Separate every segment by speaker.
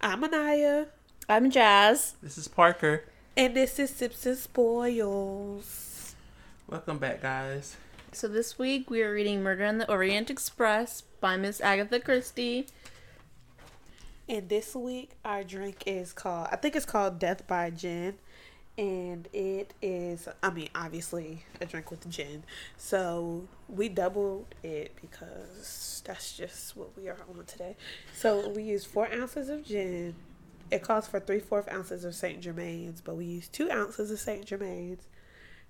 Speaker 1: I'm Anaya,
Speaker 2: I'm Jazz.
Speaker 3: This is Parker.
Speaker 1: and this is Sips and Spoils.
Speaker 3: Welcome back, guys.
Speaker 2: So this week we are reading Murder on the Orient Express by Miss Agatha Christie.
Speaker 1: And this week, our drink is called, I think it's called Death by Gin. And it is, I mean, obviously a drink with gin. So we doubled it because that's just what we are on today. So we used four ounces of gin. It calls for three fourth ounces of St. Germain's, but we used two ounces of St. Germain's,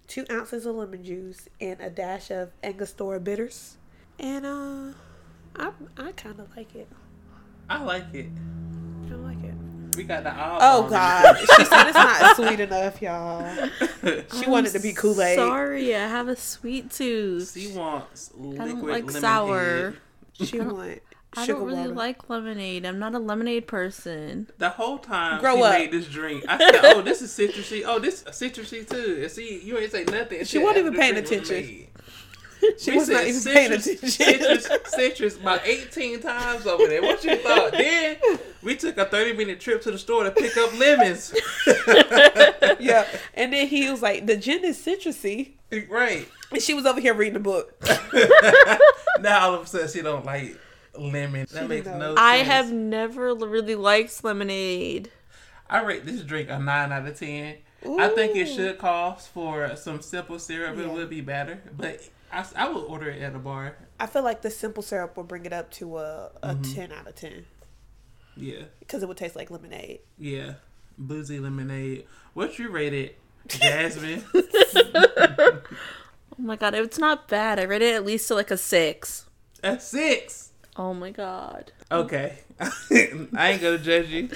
Speaker 1: two ounces of lemon juice, and a dash of Angostura bitters. And uh, I I kind of like it.
Speaker 3: I like it.
Speaker 1: I like it.
Speaker 3: We got the all.
Speaker 1: Oh God, she said it's not sweet enough, y'all.
Speaker 3: God.
Speaker 1: She wanted to be Kool Aid.
Speaker 2: Sorry, I have a sweet tooth.
Speaker 3: she wants liquid
Speaker 2: I don't like
Speaker 3: lemonade.
Speaker 2: sour.
Speaker 1: She wanted
Speaker 2: I
Speaker 1: sugar
Speaker 2: don't really
Speaker 1: water.
Speaker 2: like lemonade. I'm not a lemonade person.
Speaker 3: The whole time
Speaker 1: Grow
Speaker 3: she
Speaker 1: up.
Speaker 3: made this drink, I said, "Oh, this is citrusy. Oh, this is citrusy too." And see, you ain't say nothing.
Speaker 1: She wasn't even paying attention. she was not even paying attention.
Speaker 3: Citrus, citrus, about eighteen times over there. What you thought? Then we took a thirty-minute trip to the store to pick up lemons.
Speaker 1: yeah, and then he was like, "The gin is citrusy,"
Speaker 3: right.
Speaker 1: and she was over here reading a book.
Speaker 3: now all of a sudden she don't like lemon. That makes
Speaker 1: don't.
Speaker 3: no sense.
Speaker 2: I have never l- really liked lemonade.
Speaker 3: I rate this drink a nine out of ten. I think it should cost for some simple syrup.
Speaker 1: Yeah.
Speaker 3: It would be better, but I, s- I would order it at a bar.
Speaker 1: I feel like the simple syrup will bring it up to a, a ten out of ten
Speaker 3: Yeah,
Speaker 1: because it would taste like lemonade.
Speaker 3: yeah, boozy lemonade. What you rate it, Jasmine?
Speaker 2: Oh my god, it's not bad. I rated it at least to like a six.
Speaker 3: a six.
Speaker 2: Oh my god.
Speaker 3: Okay, I ain't gonna judge you.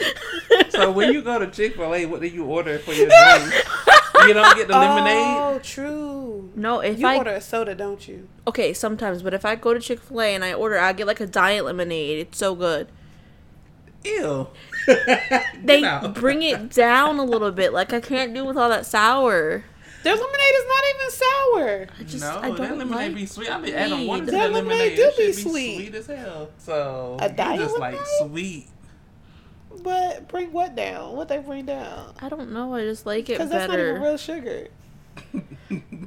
Speaker 3: So when you go to Chick Fil A, what do you order for your drink? you don't get the lemonade.
Speaker 1: Oh, true.
Speaker 2: No, if
Speaker 1: You
Speaker 2: I
Speaker 1: order a soda, don't you?
Speaker 2: okay sometimes, but if I go to Chick Fil A and I order, I get like a diet lemonade. It's so good.
Speaker 3: Ew.
Speaker 2: they
Speaker 3: Get out.
Speaker 2: bring it down a little bit. Like I can't do with all that sour.
Speaker 1: Their lemonade is not even sour.
Speaker 2: I just
Speaker 3: no,
Speaker 2: I don't
Speaker 3: that lemonade
Speaker 2: like.
Speaker 3: be sweet. I be adding water to
Speaker 2: That
Speaker 3: that
Speaker 1: lemonade
Speaker 3: lemonade.
Speaker 1: do
Speaker 3: It should
Speaker 1: be
Speaker 3: be
Speaker 1: sweet.
Speaker 3: sweet. as hell. So
Speaker 1: A
Speaker 3: you
Speaker 1: diet
Speaker 3: just like
Speaker 1: lemonade?
Speaker 3: sweet.
Speaker 1: But bring what down? What they bring down?
Speaker 2: I don't know. I just like it
Speaker 1: Because that's not even
Speaker 2: better.
Speaker 1: real sugar.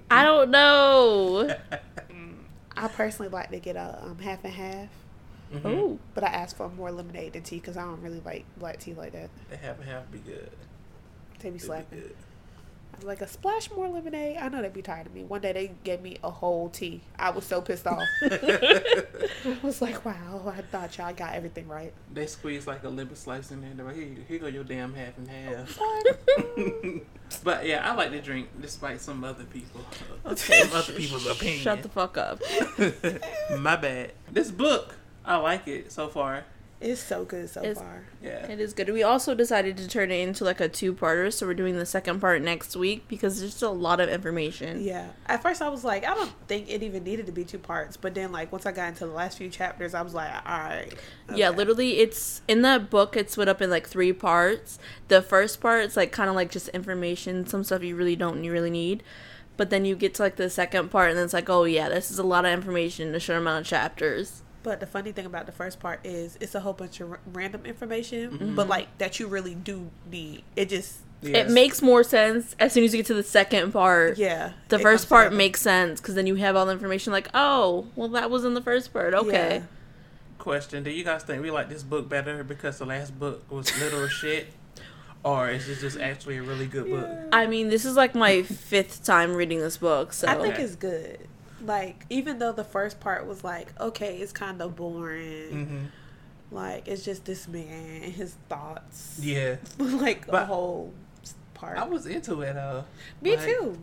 Speaker 2: I don't know.
Speaker 1: I personally like to get a um, half and half,
Speaker 3: Mhm.
Speaker 2: Oh,
Speaker 1: but I ask for more lemonade than tea because I don't really like black tea like that.
Speaker 3: They have and half be good.
Speaker 1: They be
Speaker 3: They be
Speaker 1: slapping.
Speaker 3: good.
Speaker 1: I'm like a splash more lemonade. I know they'd be tired of me. One day they gave me a whole tea. I was so pissed off. I was like, wow, I thought y'all got everything right.
Speaker 3: They squeeze like a lemon slice in there. They're like, here, you- here go your damn half and half. but yeah, I like to drink despite some other people. uh, Some other people's opinion.
Speaker 2: shut the fuck up.
Speaker 3: My bad. This book, I like it so far.
Speaker 1: It's so good so
Speaker 2: It's-
Speaker 1: far.
Speaker 3: Yeah.
Speaker 2: It is good. We also decided to turn it into like a two-parter, so we're doing the second part next week because there's just a lot of information.
Speaker 1: Yeah. At first, I was like, I don't think it even needed to be two parts. But then, like, once I got into the last few chapters, I was like, all right.
Speaker 2: Yeah,
Speaker 1: okay.
Speaker 2: literally, it's in that book. It's split up in like three parts. The first part is like kind of like just information, some stuff you really don't, you really need. But then you get to like the second part, and it's like, oh yeah, this is a lot of information in a short amount of chapters.
Speaker 1: But the funny thing about the first part is it's a whole bunch of r- random information, but like that you really do need. It just
Speaker 3: Yes.
Speaker 2: It makes more sense as soon as you get to the second part.
Speaker 1: yeah.
Speaker 2: The
Speaker 1: it
Speaker 2: first
Speaker 1: comes
Speaker 2: part
Speaker 1: together.
Speaker 2: makes sense because then you have all the information. Like, oh, well, that was in the first part. Okay.
Speaker 3: question. Do you guys think we like this book better because the last book was literal shit? Or is this just actually a really good book?
Speaker 2: I mean, this is like my fifth time reading this book, so
Speaker 1: I think
Speaker 3: Okay.
Speaker 1: it's good. Like even though the first part was like okay, it's kind of boring.
Speaker 3: hmm
Speaker 1: Like it's just this man and his thoughts.
Speaker 3: Yeah.
Speaker 1: like the
Speaker 3: But-
Speaker 1: whole s- part.
Speaker 3: I was into it though.
Speaker 1: Me
Speaker 3: Like,
Speaker 1: too.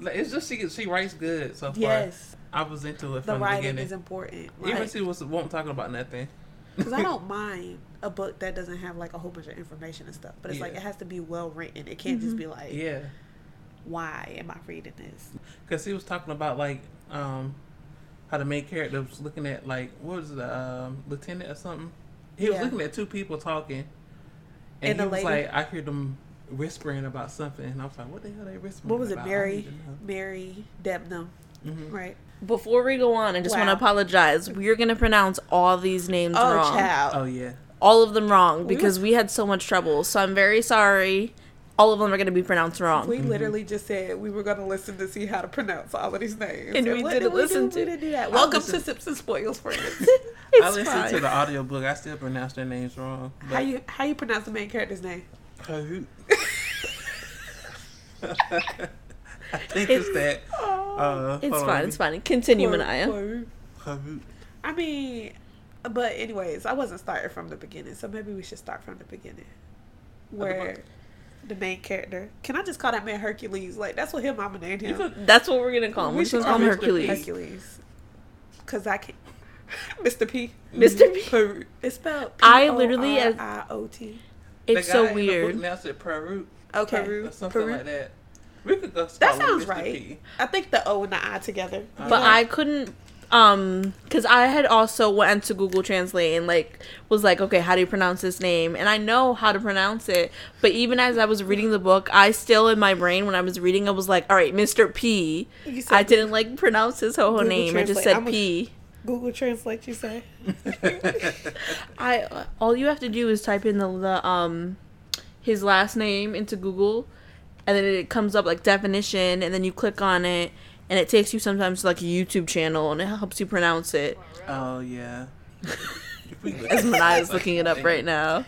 Speaker 3: like, It's just she she writes good so far.
Speaker 1: Yes,
Speaker 3: I was into it
Speaker 1: the
Speaker 3: from the,
Speaker 1: writing
Speaker 3: beginning.
Speaker 1: is important.
Speaker 3: Even
Speaker 1: Like,
Speaker 3: she was won't talking about nothing.
Speaker 1: Because I don't mind a book that doesn't have like a whole bunch of information and stuff, but it's like
Speaker 3: Yeah.
Speaker 1: it has to be well written. It can't
Speaker 2: Mm-hmm.
Speaker 1: just be like,
Speaker 3: yeah,
Speaker 1: why am I reading this?
Speaker 3: because he was talking about like um how the main character was looking at like what was the um, lieutenant or something. He
Speaker 1: Yeah.
Speaker 3: was looking at two people talking,
Speaker 1: And
Speaker 3: and,
Speaker 1: the
Speaker 3: he was
Speaker 1: lady-
Speaker 3: like, I hear them whispering about something, and I was like, what the hell they whispering?
Speaker 1: What was it,
Speaker 3: about?
Speaker 1: Mary? Mary Debnam,
Speaker 3: Mm-hmm.
Speaker 1: right?
Speaker 2: Before we go on, I just want
Speaker 1: Wow.
Speaker 2: to apologize. We're gonna pronounce all these names
Speaker 1: oh,
Speaker 2: wrong.
Speaker 1: child.
Speaker 3: Oh yeah,
Speaker 2: all of them wrong because we had so much trouble. So I'm very sorry. All of them are going to be pronounced wrong.
Speaker 1: We literally just said we were going to listen to see how to pronounce all of these names.
Speaker 2: And we
Speaker 1: what
Speaker 2: didn't
Speaker 1: did do?
Speaker 2: listen to-
Speaker 1: We didn't do that. Welcome to
Speaker 3: listened-
Speaker 1: Sips and Spoils, friends.
Speaker 2: It's
Speaker 3: I listened
Speaker 2: fine.
Speaker 3: to the audiobook. I still pronounce their names wrong.
Speaker 1: how you how you pronounce the main character's name?
Speaker 3: Kahoot. I think it's, that. Uh, hold
Speaker 2: It's
Speaker 3: on,
Speaker 2: fine.
Speaker 3: let
Speaker 2: It's fine. Continue, Manaya.
Speaker 3: me- Kahoot.
Speaker 1: I mean, but anyways, I wasn't starting from the beginning, so maybe we should start from the beginning, where the main character. Can I just call that man Hercules? Like that's what him mama named him.
Speaker 2: That's what we're going to call him.
Speaker 1: We
Speaker 2: We're just
Speaker 1: should
Speaker 2: going to call him
Speaker 3: call him Mr. P.
Speaker 2: Hercules.
Speaker 1: Hercules, because I can. Mr. P.
Speaker 2: Mr. P.
Speaker 1: Peru. It's spelled.
Speaker 2: I literally-
Speaker 1: I O T.
Speaker 2: It's
Speaker 3: the guy
Speaker 2: so
Speaker 3: in the book
Speaker 2: weird.
Speaker 3: Now said Peru
Speaker 1: Okay.
Speaker 3: or something
Speaker 1: Peru.
Speaker 3: like that. We could go.
Speaker 1: That
Speaker 3: call him
Speaker 1: sounds
Speaker 3: Mr.
Speaker 1: right.
Speaker 3: P.
Speaker 1: I think the O and the I together.
Speaker 3: Uh,
Speaker 2: but I couldn't um because I had also went to Google Translate and like was like okay how do you pronounce this name and I know how to pronounce it but even as I was reading the book I still in my brain when I was reading I was like all right Mr. P
Speaker 1: You said
Speaker 2: I didn't like pronounce his whole
Speaker 1: Google
Speaker 2: name I
Speaker 1: Translate.
Speaker 2: just said
Speaker 1: I'm a-
Speaker 2: P
Speaker 1: Google Translate. You say.
Speaker 2: I uh, all you have to do is type in the, the um his last name into Google and then it comes up like definition and then you click on it and it takes you sometimes to like a YouTube channel and it helps you pronounce it
Speaker 3: oh yeah. If we look
Speaker 2: as
Speaker 3: at
Speaker 2: Manaya's looking it up right now.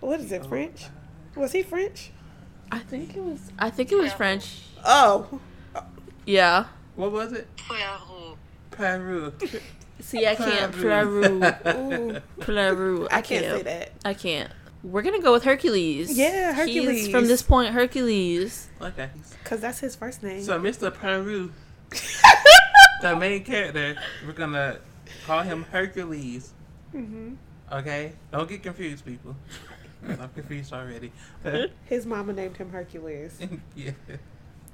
Speaker 1: What is
Speaker 3: Oh,
Speaker 1: it? French? Was he French?
Speaker 2: I think it was. I think it was French.
Speaker 1: Oh.
Speaker 2: Yeah.
Speaker 3: What was it? Peru.
Speaker 2: See, I can't.
Speaker 3: Peru.
Speaker 2: Pleru.
Speaker 1: Ooh.
Speaker 2: Pleru.
Speaker 1: I can't say that.
Speaker 2: I can't. We're gonna go with Hercules.
Speaker 1: Yeah,
Speaker 2: He's
Speaker 1: Hercules.
Speaker 2: from this point, Hercules.
Speaker 3: okay.
Speaker 1: Because that's his first name.
Speaker 3: So Mr. Peru, the main character, we're gonna call him Hercules.
Speaker 1: hmm
Speaker 3: Okay, don't get confused, people. I'm confused already.
Speaker 1: His mama named him Hercules.
Speaker 3: yeah.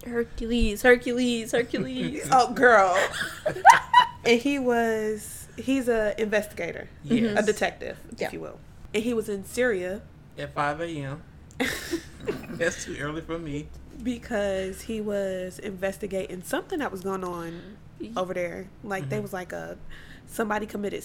Speaker 2: Hercules. Hercules. Hercules.
Speaker 1: oh, girl. and he was, he's a investigator,
Speaker 3: Yes.
Speaker 1: a detective,
Speaker 2: Yeah.
Speaker 1: if you will. And he was in Syria
Speaker 3: At 5 a.m. Mm-hmm. That's too early for me.
Speaker 1: because he was investigating something that was going on over there. Like,
Speaker 2: mm-hmm.
Speaker 1: they was like a, somebody committed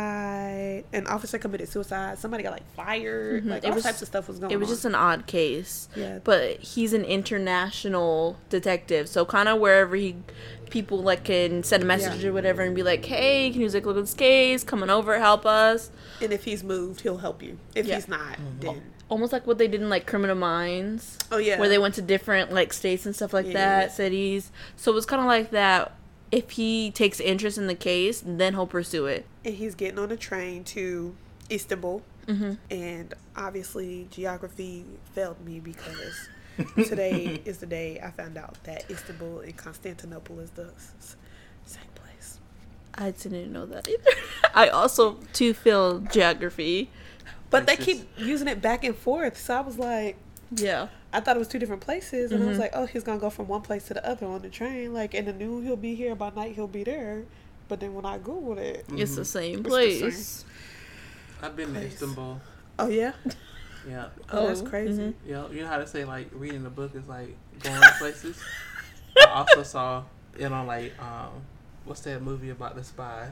Speaker 1: suicide, an officer committed suicide, somebody got like fired. Like,
Speaker 2: Mm-hmm. It
Speaker 1: all
Speaker 2: was-
Speaker 1: types of stuff was going on.
Speaker 2: it was just an odd case.
Speaker 1: Yeah.
Speaker 2: But he's an international detective, so kind of wherever he, people like can send a message or whatever and be like, "Hey, can you like look at this case? Coming over, help us."
Speaker 1: and if he's moved, he'll help you. If
Speaker 2: Yeah.
Speaker 1: he's not, then.
Speaker 2: Almost like what they did in like Criminal Minds.
Speaker 1: Oh, yeah.
Speaker 2: where they went to different like states and stuff like
Speaker 1: Yeah,
Speaker 2: that,
Speaker 1: yeah.
Speaker 2: cities. So it was kind of like that. If he takes interest in the case, then he'll pursue it.
Speaker 1: and he's getting on a train to Istanbul.
Speaker 2: Mm-hmm.
Speaker 1: And obviously, geography failed me because today is the day I found out that Istanbul and Constantinople is the s- same place.
Speaker 2: I didn't know that either. I also too feel geography.
Speaker 1: But they
Speaker 3: Places.
Speaker 1: keep using it back and forth. So I was like,
Speaker 2: Yeah,
Speaker 1: I thought it was two different places. And I was like, oh, he's going to go from one place to the other on the train. Like, in the noon, he'll be here. By night, he'll be there. But then when I Googled it,
Speaker 2: it's the
Speaker 1: Mm-hmm.
Speaker 2: same
Speaker 1: the same.
Speaker 2: place.
Speaker 3: I've been to
Speaker 1: Place.
Speaker 3: Istanball.
Speaker 1: oh, yeah.
Speaker 3: Yeah.
Speaker 1: Oh, that's
Speaker 2: Oh,
Speaker 1: crazy.
Speaker 2: mhm.
Speaker 3: Yeah. You know how they say like reading the book is like going places. I also saw it on like um, what's that movie about the spy?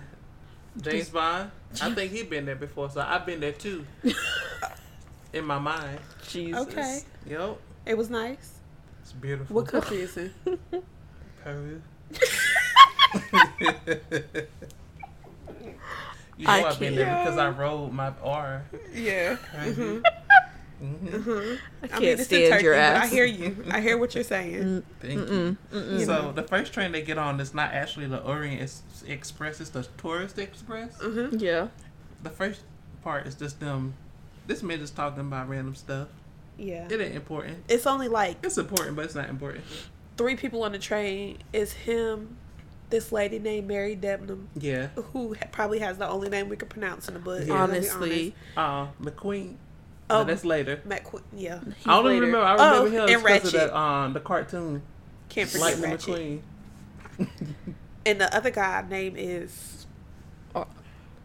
Speaker 3: James Bond. I think he'd been there before, so I've been there too. in my mind.
Speaker 2: Jesus.
Speaker 1: Uh-huh. Okay.
Speaker 3: Yep.
Speaker 1: It was nice.
Speaker 3: It's beautiful.
Speaker 1: What country is it?
Speaker 3: Peru. you know
Speaker 2: I
Speaker 3: I have been there
Speaker 1: can't.
Speaker 3: because I rolled my R.
Speaker 1: yeah.
Speaker 3: Peru.
Speaker 1: Mm-hmm.
Speaker 3: Mhm.
Speaker 1: I
Speaker 2: can't stand your
Speaker 1: but I
Speaker 2: ass.
Speaker 1: hear you. I hear what you're saying.
Speaker 3: Thank you. So the first train they get on is not actually the Orient Ex- Express; it's the Tourist Express.
Speaker 1: Mm-hmm.
Speaker 2: Yeah.
Speaker 3: The first part is just them. This man is talking about random stuff.
Speaker 1: Yeah.
Speaker 3: It ain't important.
Speaker 1: It's only like
Speaker 3: It's important, but it's not important.
Speaker 1: three people on the train. It's him, this lady named Mary Debnam,
Speaker 3: Yeah.
Speaker 1: who ha- probably has the only name we could pronounce in the book.
Speaker 3: Yeah.
Speaker 1: let's be
Speaker 2: Honestly,
Speaker 3: Uh, McQueen.
Speaker 1: Oh.
Speaker 3: but that's later.
Speaker 1: honest. Matt Qu- yeah.
Speaker 2: he's
Speaker 3: I only
Speaker 2: later.
Speaker 3: remember. I remember
Speaker 1: Oh,
Speaker 3: him
Speaker 1: and
Speaker 3: because of
Speaker 1: Ratchet.
Speaker 3: the um the cartoon
Speaker 1: Can't forget
Speaker 3: Lightning
Speaker 1: Ratchet.
Speaker 3: McQueen.
Speaker 1: And the other guy name is.
Speaker 2: Ar-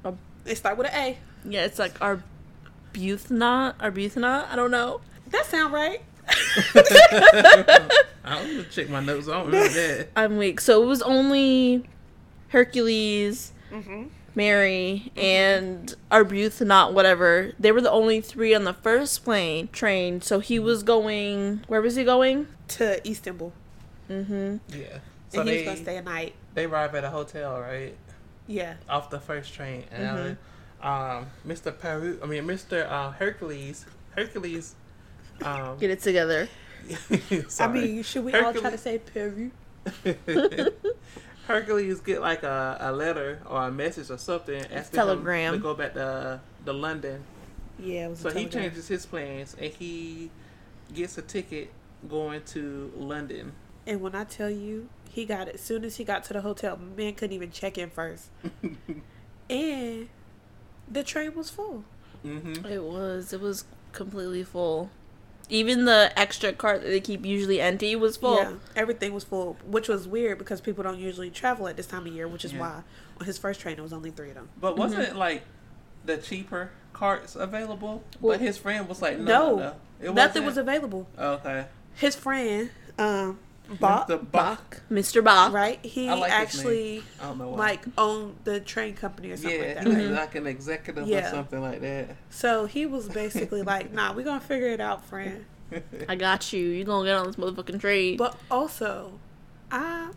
Speaker 2: Ar-
Speaker 1: it start with an A.
Speaker 2: Oh, Yeah, it's like our Arbuthnot. Arbuthnot. I don't know.
Speaker 1: That sound right?
Speaker 3: I'm gonna check my notes. I don't remember that.
Speaker 2: I'm weak. So it was only Hercules,
Speaker 1: Mm-hmm.
Speaker 2: Mary and Arbuthnot, whatever. They were the only three on the first plane train. So he was going. Where was he going?
Speaker 1: to Istanbul,
Speaker 2: Mm-hmm.
Speaker 3: Yeah. So
Speaker 1: and he was
Speaker 3: they
Speaker 1: gonna stay a night.
Speaker 3: they arrive at a hotel, right?
Speaker 1: Yeah,
Speaker 3: Off the first train, and
Speaker 1: Mm-hmm.
Speaker 3: um, Mr. Peru, I mean Mr. Uh, Hercules, Hercules. Um,
Speaker 2: Get it together.
Speaker 1: I
Speaker 3: sorry.
Speaker 1: mean, should we all try to
Speaker 3: Hercules.
Speaker 1: say Peru?
Speaker 3: Hercules get like a, a letter or a message or something asking him
Speaker 2: telegram.
Speaker 3: to go back to to London.
Speaker 1: Yeah, it was
Speaker 3: So
Speaker 1: a
Speaker 3: he
Speaker 1: telegram.
Speaker 3: changes his plans and he gets a ticket going to London.
Speaker 1: And when I tell you, he got it. As soon as he got to the hotel, man couldn't even check in first.
Speaker 3: Mm-hmm.
Speaker 1: and the train was full.
Speaker 3: hmm
Speaker 2: It was. It was completely full. Even the extra cart that they keep usually empty was full.
Speaker 1: Yeah, everything was full, which was weird because people don't usually travel at this time of year, which is
Speaker 3: Yeah.
Speaker 1: why on his first train, it was only three of them.
Speaker 3: But wasn't
Speaker 1: Mm-hmm.
Speaker 3: it like the cheaper carts available?
Speaker 2: Well-
Speaker 3: but his friend was like,
Speaker 1: No.
Speaker 3: no, no, no. It
Speaker 1: Nothing was
Speaker 3: wasn't?
Speaker 1: available.
Speaker 3: okay.
Speaker 1: His friend, um, Bach,
Speaker 3: Mr. Bach.
Speaker 2: Mr. Bach.
Speaker 1: right? He
Speaker 3: I like his
Speaker 1: actually
Speaker 3: I don't know why.
Speaker 1: like owned the train company or something like
Speaker 3: yeah, Mm-hmm.
Speaker 1: that.
Speaker 3: he was
Speaker 1: right?
Speaker 3: like an executive
Speaker 1: Yeah.
Speaker 3: or something like that.
Speaker 1: So he was basically like, "Nah, we're gonna figure it out, friend."
Speaker 2: I got you. You gonna get on this motherfucking train?
Speaker 1: But also, I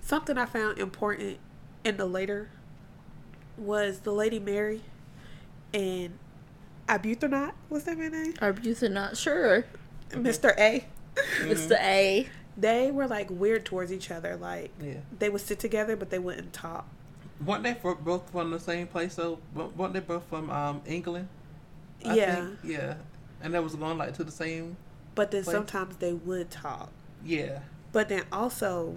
Speaker 1: something I found important in the later was the Lady Mary and Abuthernot. What's that man's name?
Speaker 2: Arbuthnot. Sure.
Speaker 3: Mm-hmm.
Speaker 1: Mister A.
Speaker 2: It's the A.
Speaker 1: They were like weird towards each other. Like
Speaker 3: Yeah.
Speaker 1: they would sit together, but they wouldn't talk.
Speaker 3: Weren't they fro- both from the same place though? W- Weren't they both from um, England?
Speaker 1: yeah,
Speaker 3: Think? Yeah. And they was going like to the same.
Speaker 1: but then
Speaker 3: Like-
Speaker 1: sometimes they would talk.
Speaker 3: Yeah.
Speaker 1: But then also,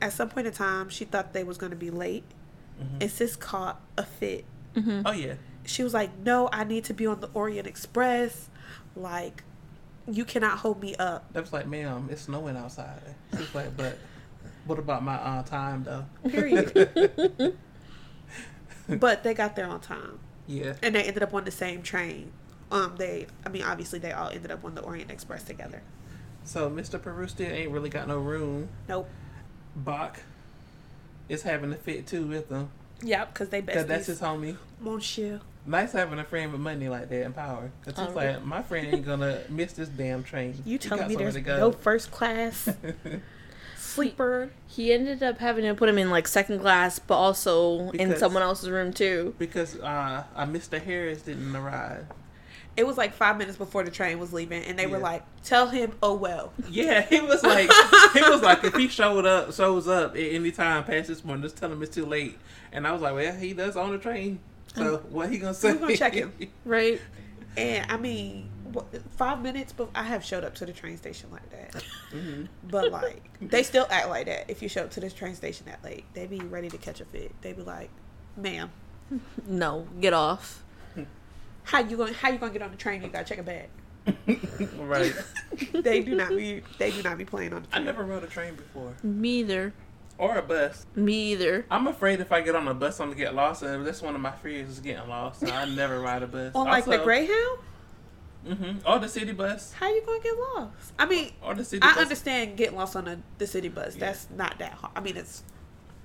Speaker 1: at some point in time, she thought they was gonna be late,
Speaker 3: Mm-hmm.
Speaker 1: and sis caught a fit. Hmm.
Speaker 3: Oh yeah.
Speaker 1: she was like, "No, I need to be on the Orient Express. Like, you cannot hold me up."
Speaker 3: That was like, ma'am, it's snowing outside. She's like, but what about my uh, time though?
Speaker 1: Period. but they got there on time,
Speaker 3: Yeah.
Speaker 1: and they ended up on the same train. Um, they, I mean, obviously they all ended up on the Orient Express together.
Speaker 3: So Mr. Peru still ain't really got no room.
Speaker 1: Nope.
Speaker 3: Bach is having to fit too with him.
Speaker 1: Yep, because they
Speaker 3: Because
Speaker 1: best.
Speaker 3: that's his homie.
Speaker 1: Monsieur.
Speaker 3: Nice having a friend with money like that and power. Because
Speaker 2: Oh,
Speaker 3: it's like, my friend ain't going to miss this damn train.
Speaker 1: You
Speaker 3: He
Speaker 1: tell
Speaker 3: got
Speaker 1: me
Speaker 3: somewhere
Speaker 1: there's
Speaker 3: to
Speaker 1: no first class sleeper.
Speaker 2: He ended up having to put him in like second class, but also in
Speaker 3: Because-
Speaker 2: someone else's room too.
Speaker 3: because uh, uh, Mr. Harris didn't arrive.
Speaker 1: It was like five minutes before the train was leaving, and they were
Speaker 3: Yeah.
Speaker 1: like, "Tell him, oh well."
Speaker 3: Yeah, he was like, he was like, if he showed up, shows up at any time past this morning, just tell him it's too late. And I was like, well, he does on the train. So what he gonna say?
Speaker 1: Who's Mm. gonna check him?
Speaker 2: Right?
Speaker 1: And I mean, wh- five minutes, but I have showed up to the train station like that. But like, they still act like that. If you show up to this train station that late, they be ready to catch a fit. They be like, "Ma'am,
Speaker 2: No, get off.
Speaker 1: how you going? to How you gonna get on the train? You gotta check a bag."
Speaker 3: right.
Speaker 1: They do not be. They do not be playing on. The
Speaker 3: I
Speaker 1: train.
Speaker 3: never rode a train before
Speaker 2: Me either.
Speaker 3: or a bus.
Speaker 2: Me either.
Speaker 3: I'm afraid if I get on a bus, I'm gonna get lost, and that's one of my fears is getting lost. So I never ride a bus.
Speaker 1: On like the Greyhound,
Speaker 3: hmm Or the city bus.
Speaker 1: how you gonna get lost? I mean,
Speaker 3: Or the city.
Speaker 1: I
Speaker 3: bus.
Speaker 1: understand getting lost on the, the city bus.
Speaker 3: Yeah.
Speaker 1: That's not that hard. I mean, it's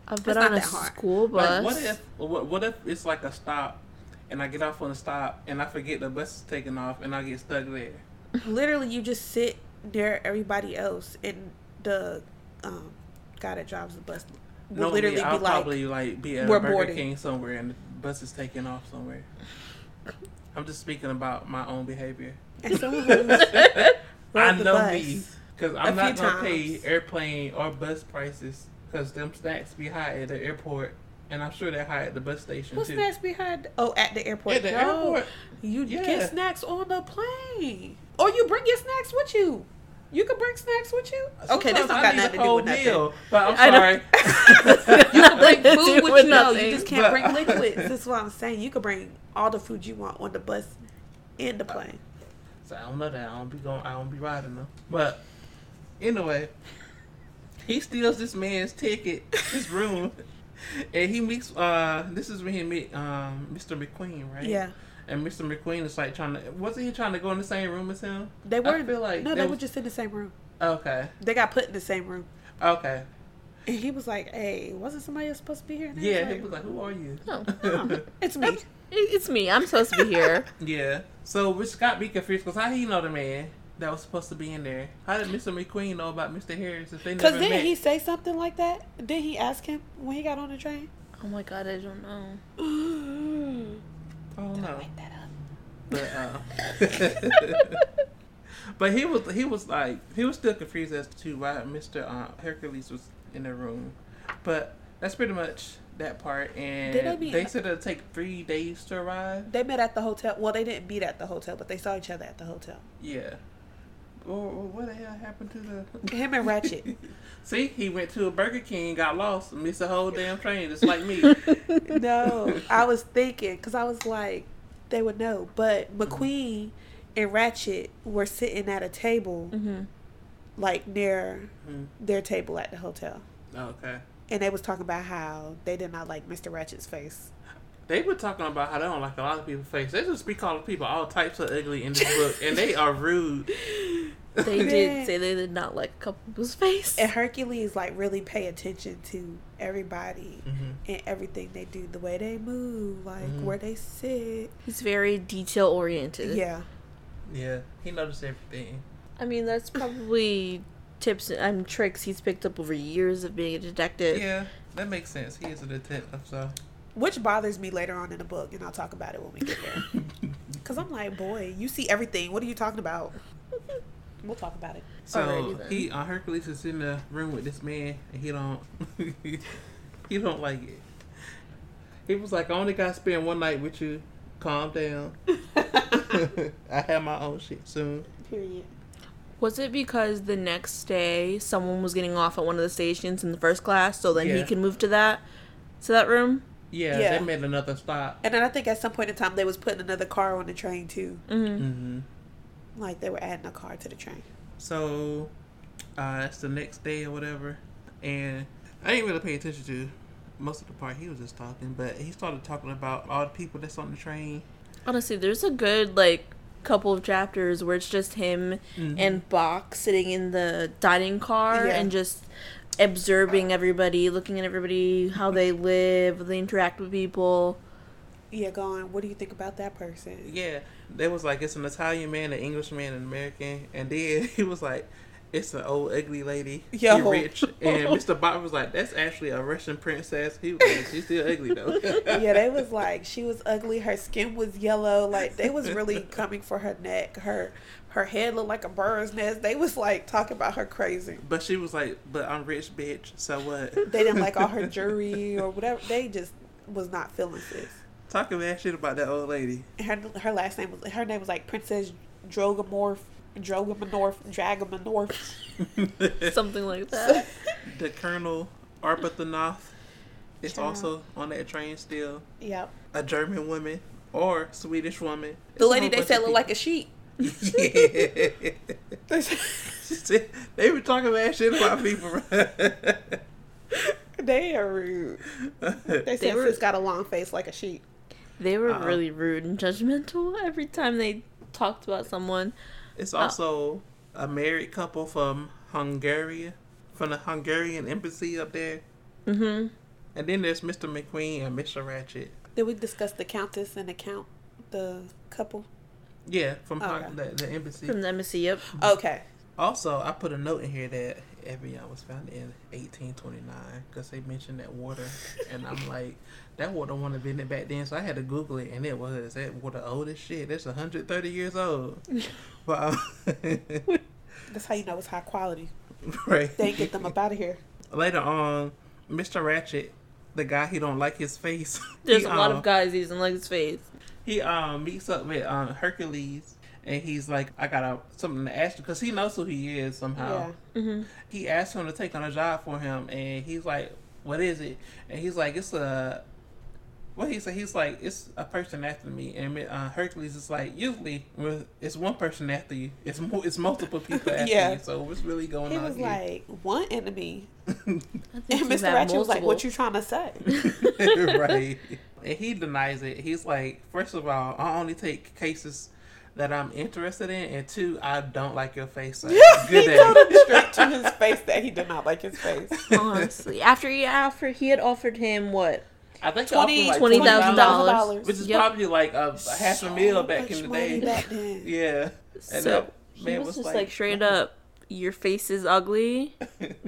Speaker 2: I've been
Speaker 1: It's not
Speaker 2: on a
Speaker 1: that hard.
Speaker 2: school
Speaker 3: Like,
Speaker 2: bus.
Speaker 3: what if what, what if it's like a stop, and I get off on a stop, and I forget the bus is taking off, and I get stuck there.
Speaker 1: literally you just sit near everybody else and the um guy that drives the bus will
Speaker 3: No,
Speaker 1: literally
Speaker 3: I'll
Speaker 1: be like
Speaker 3: probably like be at
Speaker 1: "We're
Speaker 3: a Burger
Speaker 1: boarding."
Speaker 3: King somewhere, and the bus is taking off somewhere. I'm just speaking about my own behavior.
Speaker 1: and someone who's
Speaker 3: I
Speaker 1: rode the
Speaker 3: know
Speaker 1: bus.
Speaker 3: me because
Speaker 1: a
Speaker 3: I'm not
Speaker 1: few
Speaker 3: gonna
Speaker 1: times.
Speaker 3: pay airplane or bus prices because them snacks be high at the airport, and I'm sure they're high at the bus station
Speaker 1: What's
Speaker 3: too.
Speaker 1: snacks behind oh at the airport.
Speaker 3: At the
Speaker 1: No,
Speaker 3: airport,
Speaker 1: You
Speaker 3: Yeah.
Speaker 1: get snacks on the plane. Or you bring your snacks with you. You can bring snacks with you. okay, this
Speaker 3: Sometimes
Speaker 1: don't
Speaker 3: I
Speaker 1: got
Speaker 3: need a
Speaker 1: nothing to do
Speaker 3: whole
Speaker 1: with nothing.
Speaker 3: meal, but
Speaker 2: I
Speaker 3: I'm
Speaker 2: know.
Speaker 3: sorry.
Speaker 2: you can
Speaker 1: Bring food with you. No, you just can't
Speaker 3: But-
Speaker 1: bring liquids. That's what I'm saying. You can bring all the food you want on the bus and the plane.
Speaker 3: So I don't know that. I don't be going. I don't be riding them. But anyway, he steals this man's ticket, his room, and he meets. Uh, this is when he meet um Mr. McQueen, right?
Speaker 1: Yeah.
Speaker 3: And Mr. McQueen is like trying to. Wasn't he trying to go in the same room as him?
Speaker 1: They
Speaker 3: I
Speaker 1: weren't
Speaker 3: feel like
Speaker 1: No,
Speaker 3: that
Speaker 1: they were
Speaker 3: was-
Speaker 1: just in the same room.
Speaker 3: Okay.
Speaker 1: They got put in the same room.
Speaker 3: Okay.
Speaker 1: And he was like, "Hey, wasn't somebody else supposed to be here?" And I
Speaker 3: Yeah,
Speaker 1: was
Speaker 3: he
Speaker 1: "Oh,
Speaker 3: was like, "Who are you?"
Speaker 2: No.
Speaker 1: like, "No, it's me.
Speaker 2: It- It's me. I'm supposed to be here.
Speaker 3: yeah. So which got me confused because how he know the man that was supposed to be in there? How did Mr. McQueen know about Mr. Harris if they
Speaker 1: Because
Speaker 3: never
Speaker 1: didn't
Speaker 3: met?
Speaker 1: he say something like that? Did he ask him when he got on the train?
Speaker 2: Oh my god, I don't know.
Speaker 3: Oh. I don't know.
Speaker 1: Make that up.
Speaker 3: But uh, but he was he was like he was still confused as to why Mr. Uh, Hercules was in the room. But that's pretty much that part. And
Speaker 1: Did they be-
Speaker 3: they said it'll take three days to arrive.
Speaker 1: They met at the hotel. Well, they didn't meet at the hotel, but they saw each other at the hotel.
Speaker 3: Yeah. Or, or what the hell happened to the
Speaker 1: Him and Ratchet.
Speaker 3: See, he went to a Burger King, got lost, and missed the whole damn train, just like me.
Speaker 1: no, I was thinking because I was like, they would know. But McQueen and Ratchet were sitting at a table
Speaker 2: Mm-hmm.
Speaker 1: like near
Speaker 3: Hmm.
Speaker 1: their table at the hotel,
Speaker 3: okay.
Speaker 1: and they was talking about how they did not like Mister Ratchet's face.
Speaker 3: They were talking about how they don't like a lot of people's face. They just be calling people all types of ugly in this book, and they are rude.
Speaker 2: They
Speaker 1: Man.
Speaker 2: did say they did not like a couple people's face.
Speaker 1: And Hercules like really pay attention to everybody
Speaker 3: Mhm.
Speaker 1: and everything they do, the way they move, like
Speaker 3: Mhm.
Speaker 1: where they sit.
Speaker 2: He's very detail oriented.
Speaker 1: Yeah,
Speaker 3: Yeah, he noticed everything.
Speaker 2: I mean, that's probably tips and um, tricks he's picked up over years of being a detective.
Speaker 3: Yeah, that makes sense. He is a detective, so
Speaker 1: which bothers me later on in the book, and I'll talk about it when we get there. Cause I'm like, boy, you see everything. What are you talking about? We'll talk about it.
Speaker 3: so
Speaker 2: Alrighty then.
Speaker 3: he uh, Hercules is in the room with this man, and he don't he don't like it. He was like, "I only got to spend one night with you. Calm down. I have my own shit soon."
Speaker 1: Period.
Speaker 2: Was it because the next day someone was getting off at one of the stations in the first class, so then he
Speaker 3: Yeah.
Speaker 2: can move to that to that room?
Speaker 3: Yeah,
Speaker 1: Yeah.
Speaker 3: they made another stop.
Speaker 1: And then I think at some point in time they was putting another car on the train too.
Speaker 2: Mm-hmm.
Speaker 3: Mm-hmm.
Speaker 1: Like they were adding a car to the train.
Speaker 3: So uh, it's the next day or whatever, and I didn't really pay attention to most of the part he was just talking, but he started talking about all the people that's on the train.
Speaker 2: Honestly, there's a good like couple of chapters where it's just him
Speaker 3: Mm-hmm.
Speaker 2: and Bach sitting in the dining car
Speaker 1: Yeah.
Speaker 2: and just observing everybody, looking at everybody, how they live, they interact with people.
Speaker 1: Yeah, going. What do you think about that person?
Speaker 3: Yeah, they was like it's an Italian man, an English man, an American, and then he was like, it's an old ugly lady,
Speaker 1: Yo.
Speaker 3: She rich, and Mr. Bot was like, that's actually a Russian princess. He was like, she's still ugly though.
Speaker 1: yeah, they was like she was ugly. Her skin was yellow. Like they was really coming for her neck. Her her head looked like a bird's nest. They was like talking about her crazy.
Speaker 3: But she was like, but I'm rich, bitch. So what?
Speaker 1: They didn't like all her jewelry or whatever. They just was not feeling sis.
Speaker 3: Talking mad shit about that old lady.
Speaker 1: Her her last name was her name was like Princess Drogamorph Drogamorph Dragamonorph.
Speaker 2: Something like that.
Speaker 3: the Colonel Arbuthnot is
Speaker 1: Child.
Speaker 3: also on that train still.
Speaker 1: Yep.
Speaker 3: A German woman or Swedish woman. It's
Speaker 1: The
Speaker 3: a
Speaker 1: lady
Speaker 3: whole
Speaker 1: they
Speaker 3: bunch
Speaker 1: said
Speaker 3: of
Speaker 1: looked like a sheep.
Speaker 3: people. yeah. She said- they were talking bad shit about people.
Speaker 1: They are rude. They said
Speaker 2: were-
Speaker 1: sis got a long face like a sheep.
Speaker 2: They were
Speaker 3: Uh-uh.
Speaker 2: really rude and judgmental every time they talked about someone.
Speaker 3: it's
Speaker 1: "Oh."
Speaker 3: also a married couple from Hungary, from the Hungarian embassy up there.
Speaker 2: Mm-hmm.
Speaker 3: And then there's Mr. McQueen and Mr. Ratchet.
Speaker 1: Did we discuss the countess and the count, the couple?
Speaker 3: Yeah, from
Speaker 1: Oh,
Speaker 3: Hung- the, the embassy.
Speaker 2: From the embassy, yep.
Speaker 1: Okay.
Speaker 3: Also, I put a note in here that Evian was founded in 1829 because they mentioned that water, and I'm like, that water wouldn't have been it back then. So I had to Google it, and it was that water old as shit. That's 130 years old. Wow.
Speaker 1: That's how you know it's high quality.
Speaker 3: right.
Speaker 1: They get them up out of here.
Speaker 3: Later on, Mr. Ratchet, the guy he don't like his face.
Speaker 2: There's
Speaker 3: he,
Speaker 2: a lot
Speaker 3: um,
Speaker 2: of guys using like his face.
Speaker 3: He um meets up with um Hercules, and he's like, I got to something to ask you because he knows who he is somehow.
Speaker 1: Yeah.
Speaker 2: Mm-hmm.
Speaker 3: he asked him to take on a job for him, and he's like, "What is it?" And he's like, "It's a." What he said, he's like, it's a person after me, and uh, Hercules is like, usually when it's one person after you, it's mo- it's multiple people after
Speaker 1: Yeah.
Speaker 3: you. So what's really going
Speaker 1: He
Speaker 3: on
Speaker 1: was like, one enemy.
Speaker 2: I
Speaker 1: And
Speaker 2: think
Speaker 1: Mr.
Speaker 2: he's had
Speaker 1: Ratchet was like,
Speaker 2: multiple.
Speaker 1: what you trying to say?
Speaker 3: here? right? And he denies it. He's like, first of all, I only take cases that I'm interested in, and two, I don't like your face. So
Speaker 1: he
Speaker 3: good
Speaker 1: told him
Speaker 3: day.
Speaker 1: straight to his face that he did not like his face.
Speaker 2: Honestly, after he offered, he had offered him what
Speaker 3: I think
Speaker 1: Twenty
Speaker 3: like
Speaker 2: twenty thousand
Speaker 1: $20,000.
Speaker 2: dollars,
Speaker 3: which is
Speaker 2: Yep.
Speaker 3: probably like a, a half a meal back in the day.
Speaker 1: day.
Speaker 3: Yeah, and uh,
Speaker 2: So,
Speaker 3: that
Speaker 2: He was just like, straight up, your face is ugly.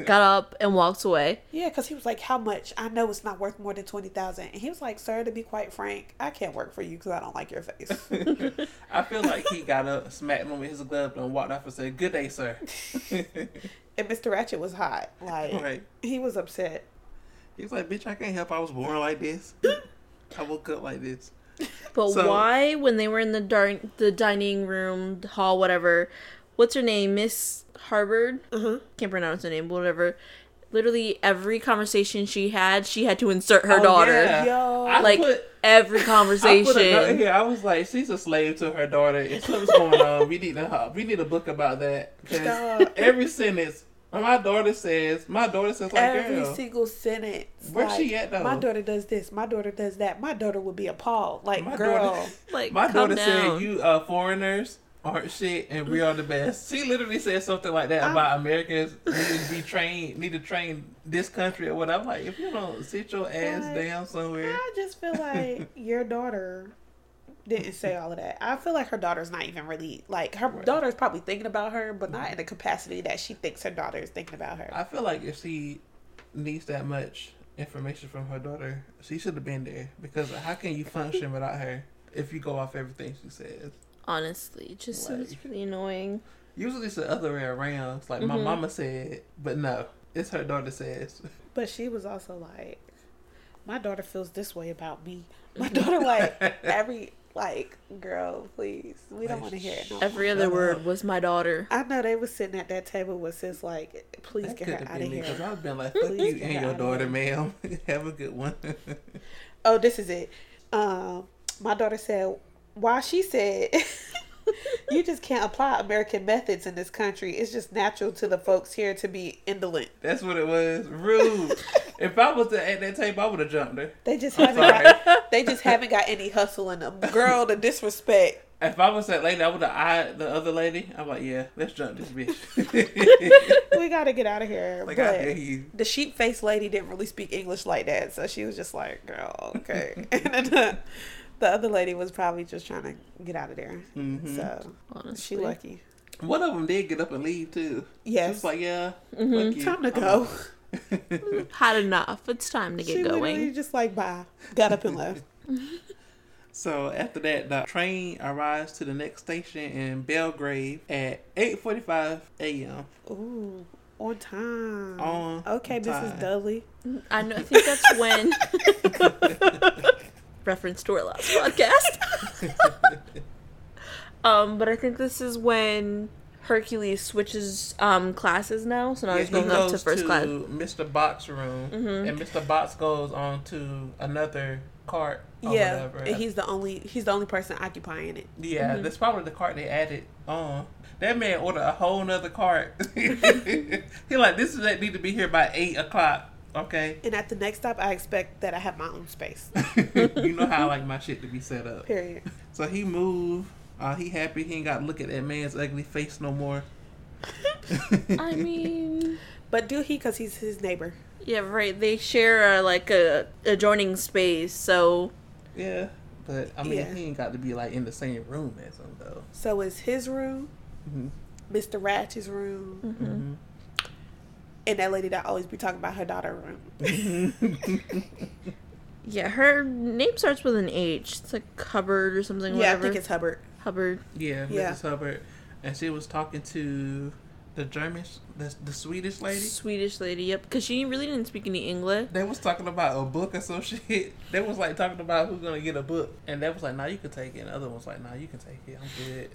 Speaker 2: Got up and walked away.
Speaker 1: Yeah, because he was like, "How much? I know it's not worth more than twenty thousand. And he was like, "Sir, to be quite frank, I can't work for you because I don't like your face."
Speaker 3: I feel like he got up, smacked him with his glove, and walked off and said, "Good day, sir."
Speaker 1: and Mr. Ratchet was hot. Like
Speaker 3: right?
Speaker 1: he was upset.
Speaker 3: He's like, "Bitch, I can't help. I was born like this. I woke up like this."
Speaker 2: But
Speaker 3: So-
Speaker 2: why, when they were in the darn the dining room hall, whatever, what's her name, Miss Harvard?
Speaker 1: Uh-huh.
Speaker 2: Can't pronounce her name, whatever. Literally every conversation she had, she had to insert her
Speaker 3: Oh,
Speaker 2: daughter.
Speaker 3: yeah.
Speaker 1: Yo.
Speaker 3: I
Speaker 2: Like
Speaker 3: put-
Speaker 2: every
Speaker 3: I put a note
Speaker 2: conversation.
Speaker 3: here. I was like, she's a slave to her daughter. If something's going on, we need to help. We need a book about that. 'Cause
Speaker 1: Stop.
Speaker 3: every sentence, my daughter says, my daughter says, like,
Speaker 1: Every
Speaker 3: girl,
Speaker 1: single sentence.
Speaker 3: Where's she at, though?
Speaker 1: My daughter does this. My daughter does that. My daughter would be appalled. Like,
Speaker 3: My
Speaker 1: girl,
Speaker 3: daughter-
Speaker 2: like
Speaker 3: my
Speaker 2: calm
Speaker 3: daughter
Speaker 2: down.
Speaker 3: said, you uh, foreigners aren't shit and we are the best. She literally said something like that
Speaker 1: I'm-
Speaker 3: about Americans need to be trained, need to train this country or whatever. I'm like, if you don't sit your ass
Speaker 1: Like,
Speaker 3: down somewhere.
Speaker 1: I just feel like your daughter didn't say all of that. I feel like her daughter's not even really like her
Speaker 3: Right.
Speaker 1: daughter's probably thinking about her, but not in the capacity that she thinks her daughter is thinking about her.
Speaker 3: Mm-hmm. I feel like if she needs that much information from her daughter, she should have been there because how can you function without her if you go off everything she says?
Speaker 2: Honestly, it just seems
Speaker 3: Like-
Speaker 2: really annoying.
Speaker 3: Usually it's the other way around. It's like my
Speaker 1: Mm-hmm.
Speaker 2: Mhm.
Speaker 3: mama said, but no, it's her daughter says.
Speaker 1: But she was also like, my daughter feels this way about me. My daughter like every like girl, please, we don't
Speaker 3: Like,
Speaker 1: want to hear it. no more.
Speaker 2: Every other
Speaker 3: Shut
Speaker 2: word
Speaker 3: up.
Speaker 2: was my daughter.
Speaker 1: I know they were sitting at that table with sis like, please
Speaker 3: That
Speaker 1: get
Speaker 3: could
Speaker 1: her
Speaker 3: have
Speaker 1: out of
Speaker 3: been me
Speaker 1: here.
Speaker 3: because I've been like, fuck
Speaker 1: Please
Speaker 3: you
Speaker 1: get
Speaker 3: and
Speaker 1: her
Speaker 3: your
Speaker 1: out of
Speaker 3: daughter,
Speaker 1: here.
Speaker 3: ma'am. have a good one.
Speaker 1: Oh, this is it. Um, my daughter said, why she said, you just can't apply American methods in this country. It's just natural to the folks here to be indolent.
Speaker 3: That's what it was. Rude. if I was at that table, I would have jumped her.
Speaker 1: They just
Speaker 3: I'm
Speaker 1: haven't got, they just haven't got any hustle in them. Girl, the disrespect.
Speaker 3: If I was that lady, I would have eyed the other lady. I'm like, yeah, let's jump this bitch.
Speaker 1: We gotta get out of here.
Speaker 3: like, I dare
Speaker 1: but
Speaker 3: you.
Speaker 1: the sheep faced lady didn't really speak English like that, so she was just like, "Girl, okay." and then the, the other lady was probably just trying to get out of there.
Speaker 3: Mhm.
Speaker 1: So
Speaker 2: Honestly,
Speaker 1: she lucky.
Speaker 3: One of them did get up and leave too.
Speaker 1: Yes. Mm-hmm.
Speaker 3: She's like, yeah,
Speaker 2: Mhm.
Speaker 3: fuck you.
Speaker 1: Time to
Speaker 3: I'm
Speaker 1: go.
Speaker 3: out.
Speaker 2: had enough. It's time to get
Speaker 1: she literally
Speaker 2: going.
Speaker 1: just like bye, got up and left.
Speaker 3: so after that, the train arrives to the next station in Belgrave at 8:45 a.m.
Speaker 1: Ooh, on time.
Speaker 3: On
Speaker 1: okay,
Speaker 3: time.
Speaker 1: Mrs. Dudley.
Speaker 2: I know. I think that's when. Reference to our last podcast. um, but I think this is when Hercules switches um classes now. So now
Speaker 3: Yeah,
Speaker 2: he's going up to first class.
Speaker 3: Mr. Box room,
Speaker 2: Mhm.
Speaker 3: and Mr. Box goes on to another cart. Or
Speaker 1: yeah,
Speaker 3: whatever.
Speaker 1: and he's the only he's the only person occupying it.
Speaker 3: yeah.
Speaker 2: mm-hmm.
Speaker 3: That's probably the cart they added on. That man ordered a whole nother cart. he like this is that need to be here by eight o'clock. Okay.
Speaker 1: And at the next stop, I expect that I have my own space.
Speaker 3: you know how I like my shit to be set up.
Speaker 1: Period.
Speaker 3: So he moved. Uh, he happy. He ain't got to look at that man's ugly face no more.
Speaker 2: I mean,
Speaker 1: But do he? Cause he's his neighbor.
Speaker 2: yeah, right. They share uh, like a adjoining space, so
Speaker 3: yeah, but I mean,
Speaker 1: Yeah.
Speaker 3: he ain't got to be like in the same room as him though.
Speaker 1: So is his room,
Speaker 3: Mhm.
Speaker 1: Mr. Ratchet's room,
Speaker 2: Mm-hmm.
Speaker 3: Mm-hmm.
Speaker 1: and that lady that always be talking about her daughter room.
Speaker 2: yeah. Her name starts with an H. It's like Hubbard or something.
Speaker 1: Yeah, I
Speaker 2: whatever.
Speaker 1: think it's Hubbard.
Speaker 2: Hubbard.
Speaker 3: yeah,
Speaker 1: Yeah.
Speaker 3: Mrs. Hubbard, and she was talking to the German, the, the Swedish lady.
Speaker 2: Swedish lady, yep. Because she really didn't speak any English.
Speaker 3: They was talking about a book or some shit. They was like talking about who's gonna get a book, and that was like, "Nah, you can take it." And the other one's like, "Nah, you can take it. I'm good."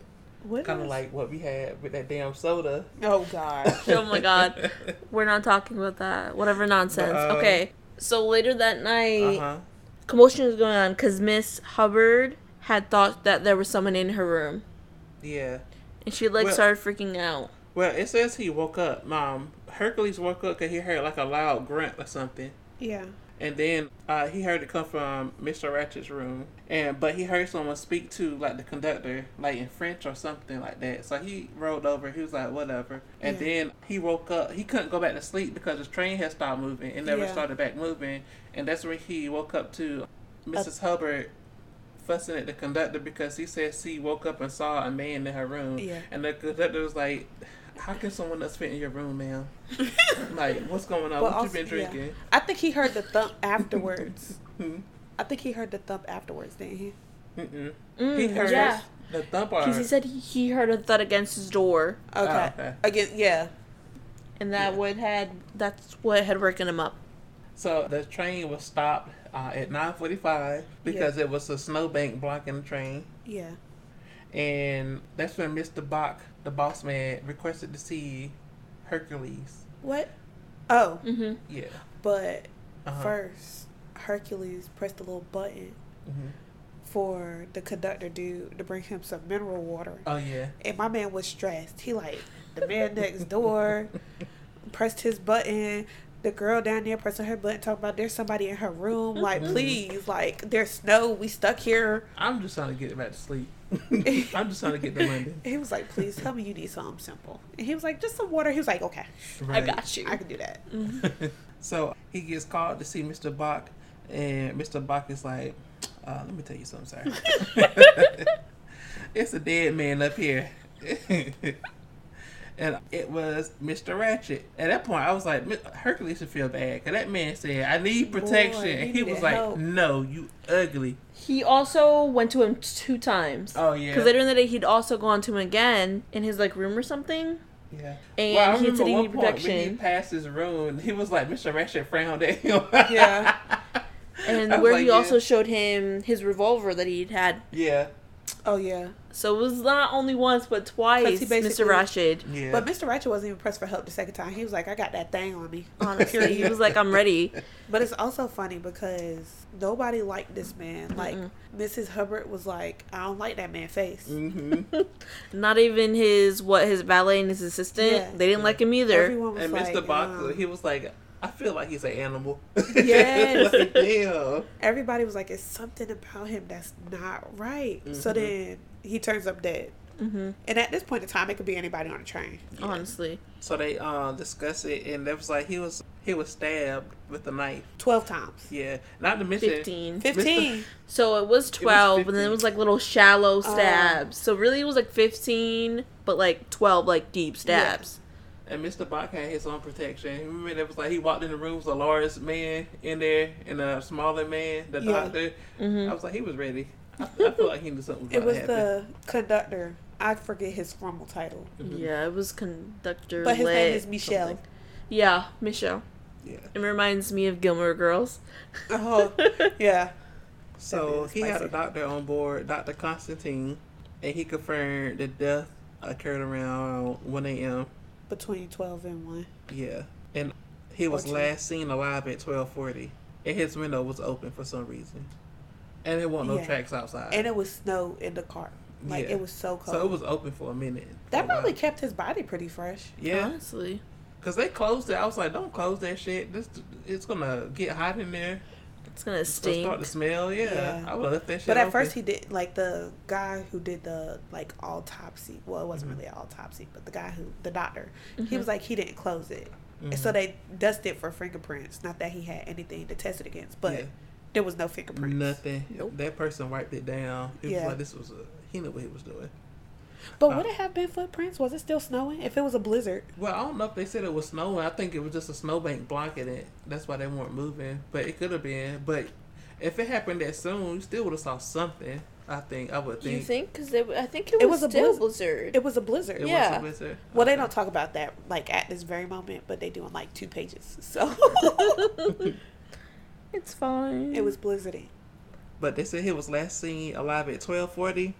Speaker 1: What?
Speaker 3: Kind of
Speaker 1: is-
Speaker 3: like what we had with that damn soda.
Speaker 1: Oh God.
Speaker 2: Oh my God. We're not talking about that. Whatever nonsense.
Speaker 3: Uh,
Speaker 2: okay. So later that
Speaker 3: Uh
Speaker 2: night,
Speaker 3: huh.
Speaker 2: commotion was going on because Miss Hubbard had thought that there was someone in her room.
Speaker 3: Yeah.
Speaker 2: And she, like,
Speaker 3: Well-
Speaker 2: started freaking out.
Speaker 3: Well, it says he woke up. Mom, Hercules woke up because he heard like a loud grunt or something.
Speaker 1: yeah.
Speaker 3: And then uh, he heard it come from Mr. Ratchet's room, and but he heard someone speak to like the conductor, like in French or something like that. So he rolled over. He was like, whatever. And
Speaker 1: Yeah.
Speaker 3: then he woke up. He couldn't go back to sleep because his train had stopped moving and never
Speaker 1: Yeah.
Speaker 3: started back moving. And that's when he woke up to Mrs. Hubbard fussing at the conductor because he said she woke up and saw a man in her room.
Speaker 1: Yeah.
Speaker 3: And the conductor was like, "How can someone else fit in your room, ma'am? like, what's going on?
Speaker 1: But
Speaker 3: what
Speaker 1: also-
Speaker 3: you Oh, been
Speaker 1: yeah.
Speaker 3: drinking?"
Speaker 1: I think he heard the thump afterwards.
Speaker 3: Hmm.
Speaker 1: I think he heard the thump afterwards, didn't he?
Speaker 3: Mm-mm.
Speaker 2: Mm,
Speaker 3: He heard Uh,
Speaker 2: yeah,
Speaker 3: the thump or
Speaker 2: because he said he- he heard a thud against his door,
Speaker 1: Okay.
Speaker 3: Oh, okay.
Speaker 1: Again, yeah.
Speaker 2: and that
Speaker 3: Yeah.
Speaker 2: would had that's what had woken him up.
Speaker 3: So the train was stopped uh, at nine forty-five because it was a snowbank blocking the train,
Speaker 1: Yeah.
Speaker 3: and that's when Mister Bach, the boss man, requested to see Hercules.
Speaker 1: What? Oh,
Speaker 2: Mm-hmm.
Speaker 3: Yeah.
Speaker 1: but
Speaker 3: Uh-huh.
Speaker 1: first, Hercules pressed a little button
Speaker 3: Mhm.
Speaker 1: for the conductor dude to bring him some mineral water.
Speaker 3: Oh yeah.
Speaker 1: And my man was stressed. He like the man next door pressed his button. The girl down there pressing her button, talking about there's somebody in her room. Like,
Speaker 3: Mhm.
Speaker 1: please, like there's snow. We stuck here.
Speaker 3: I'm just trying to get back to sleep. I'm just trying to get to London.
Speaker 1: He was like, please tell me you need something simple. And he was like, just some water. He was like, okay,
Speaker 2: I got you.
Speaker 1: I can do that.
Speaker 3: Mm. so he gets called to see Mr. Bach, and Mr. Bach is like, uh, "Let me tell you something, sir. it's a dead man up here." and it was Mr. Ratchet. At that point, I was like, "Mi- "Hercules should feel bad," because that man said, "I need protection,"
Speaker 1: Boy,
Speaker 3: and
Speaker 1: you
Speaker 3: he
Speaker 1: need
Speaker 3: was like,
Speaker 1: help.
Speaker 3: "No, you ugly."
Speaker 2: He also went to him two times.
Speaker 3: Oh
Speaker 2: Because
Speaker 3: yeah,
Speaker 2: later in the day, he'd also gone to him again in his like room or something.
Speaker 3: yeah.
Speaker 2: And
Speaker 3: well,
Speaker 2: he had
Speaker 3: I remember
Speaker 2: said he
Speaker 3: one
Speaker 2: needed
Speaker 3: point when he
Speaker 2: protection.
Speaker 3: passed his room, he was like, "Mr. Ratchet frowned at him."
Speaker 1: Yeah.
Speaker 2: And
Speaker 3: I was
Speaker 2: where
Speaker 3: like,
Speaker 2: he
Speaker 3: yeah.
Speaker 2: also showed him his revolver that he'd had.
Speaker 3: yeah,
Speaker 1: Oh yeah.
Speaker 2: So it was not only once, but twice,
Speaker 1: basically-
Speaker 2: Mr. Rashid.
Speaker 3: yeah.
Speaker 1: But Mr. Ratchet wasn't even pressed for help the second time. He was like, I got that thing on me.
Speaker 2: Honestly, he was like, I'm ready.
Speaker 1: But it's also funny because nobody liked this man. Like
Speaker 2: Mm-mm.
Speaker 1: Mrs. Hubbard was like, I don't like that man face.
Speaker 3: hmm
Speaker 2: Not even his, what, his valet and his assistant.
Speaker 1: Yeah.
Speaker 2: They didn't like him either.
Speaker 1: Everyone was
Speaker 3: And
Speaker 1: like,
Speaker 3: Mr. Box,
Speaker 1: um,
Speaker 3: he was like, I feel like he's an animal.
Speaker 1: Yes.
Speaker 3: like, damn.
Speaker 1: everybody was like, it's something about him that's not right. So
Speaker 3: Mhm.
Speaker 1: then he turns up dead.
Speaker 2: hmm
Speaker 1: And at this point in time, it could be anybody on a train.
Speaker 2: Honestly.
Speaker 3: So they uh discuss it, and it was like he was he was stabbed with a knife. 12
Speaker 1: 12 times.
Speaker 3: Yeah, not to mention.
Speaker 2: 15.
Speaker 1: 15.
Speaker 2: So it was 12, and then
Speaker 3: 15.
Speaker 2: it was like little shallow
Speaker 1: Oh.
Speaker 2: stabs. so really it was like 15, but like 12, like deep stabs.
Speaker 3: And Mr. Bach had his own protection. Remember, that was like he walked in the room, was the largest man in there, and a smaller man, the
Speaker 1: Yeah. Mm-hmm.
Speaker 3: doctor.
Speaker 2: Mhm.
Speaker 3: I was like, he was ready. I, I feel like he knew something was
Speaker 1: It
Speaker 3: about
Speaker 1: was
Speaker 3: to happen.
Speaker 1: the conductor. I forget his formal title.
Speaker 3: Mhm.
Speaker 2: Yeah, it was conductor.
Speaker 1: But his name
Speaker 2: Lit,
Speaker 1: is Michelle.
Speaker 2: something. Yeah, Michelle.
Speaker 3: Yeah.
Speaker 2: It reminds me of Gilmore Girls.
Speaker 1: Oh, yeah.
Speaker 3: So
Speaker 1: That'd be
Speaker 3: he had
Speaker 1: spicy.
Speaker 3: a doctor on board, Dr. Constantine, and he confirmed the death occurred around 1 a.m.
Speaker 1: Between 12 and 1.
Speaker 3: Yeah. And he was
Speaker 1: 14.
Speaker 3: last seen alive at 1240. And his window was open for some reason. And there weren't no
Speaker 1: Yeah.
Speaker 3: tracks outside.
Speaker 1: And it was snow in the car. Like,
Speaker 3: Yeah.
Speaker 1: it was so cold.
Speaker 3: so it was open for a minute.
Speaker 1: That
Speaker 3: For a
Speaker 1: probably
Speaker 3: while.
Speaker 1: kept his body pretty fresh.
Speaker 3: Yeah.
Speaker 2: Honestly.
Speaker 3: Because they closed it. I was like, don't close that shit. This It's going to get hot in there.
Speaker 2: It's gonna
Speaker 3: It's going to
Speaker 2: stink.
Speaker 3: start to smell. Yeah.
Speaker 1: Yeah.
Speaker 3: I would have left that shit
Speaker 1: But at
Speaker 3: open.
Speaker 1: first, he did like the guy who did the like autopsy. Well, it wasn't
Speaker 3: Mhm.
Speaker 1: really an autopsy, but the guy who the doctor. He
Speaker 3: Mm-hmm.
Speaker 2: Mhm.
Speaker 1: was like he didn't close it,
Speaker 3: Mhm.
Speaker 1: so they dusted for fingerprints. Not that he had anything to test it against, but
Speaker 3: Yeah.
Speaker 1: there was no fingerprints.
Speaker 3: Nothing.
Speaker 2: Nope.
Speaker 3: That person wiped it down. He
Speaker 1: Yeah.
Speaker 3: was like, this was a, he knew what he was doing.
Speaker 1: But
Speaker 3: Uh.
Speaker 1: would it have been footprints? Was it still snowing? If it was a blizzard,
Speaker 3: Well, I don't know if they said it was snowing. I think it was just a snowbank blocking it. That's why they weren't moving. But it could have been. But if it happened that soon, you still would have saw something. I think. I would think.
Speaker 2: You think? Because I think it was,
Speaker 1: It was a
Speaker 2: still
Speaker 1: blizz-
Speaker 2: blizzard.
Speaker 1: it was a blizzard.
Speaker 3: It
Speaker 2: Yeah.
Speaker 3: was a blizzard.
Speaker 1: Well, they
Speaker 3: Okay.
Speaker 1: don't talk about that like at this very moment, but they do in like two pages. So
Speaker 2: it's fine.
Speaker 1: it was blizzarding.
Speaker 3: But they said he was last seen alive at twelve forty,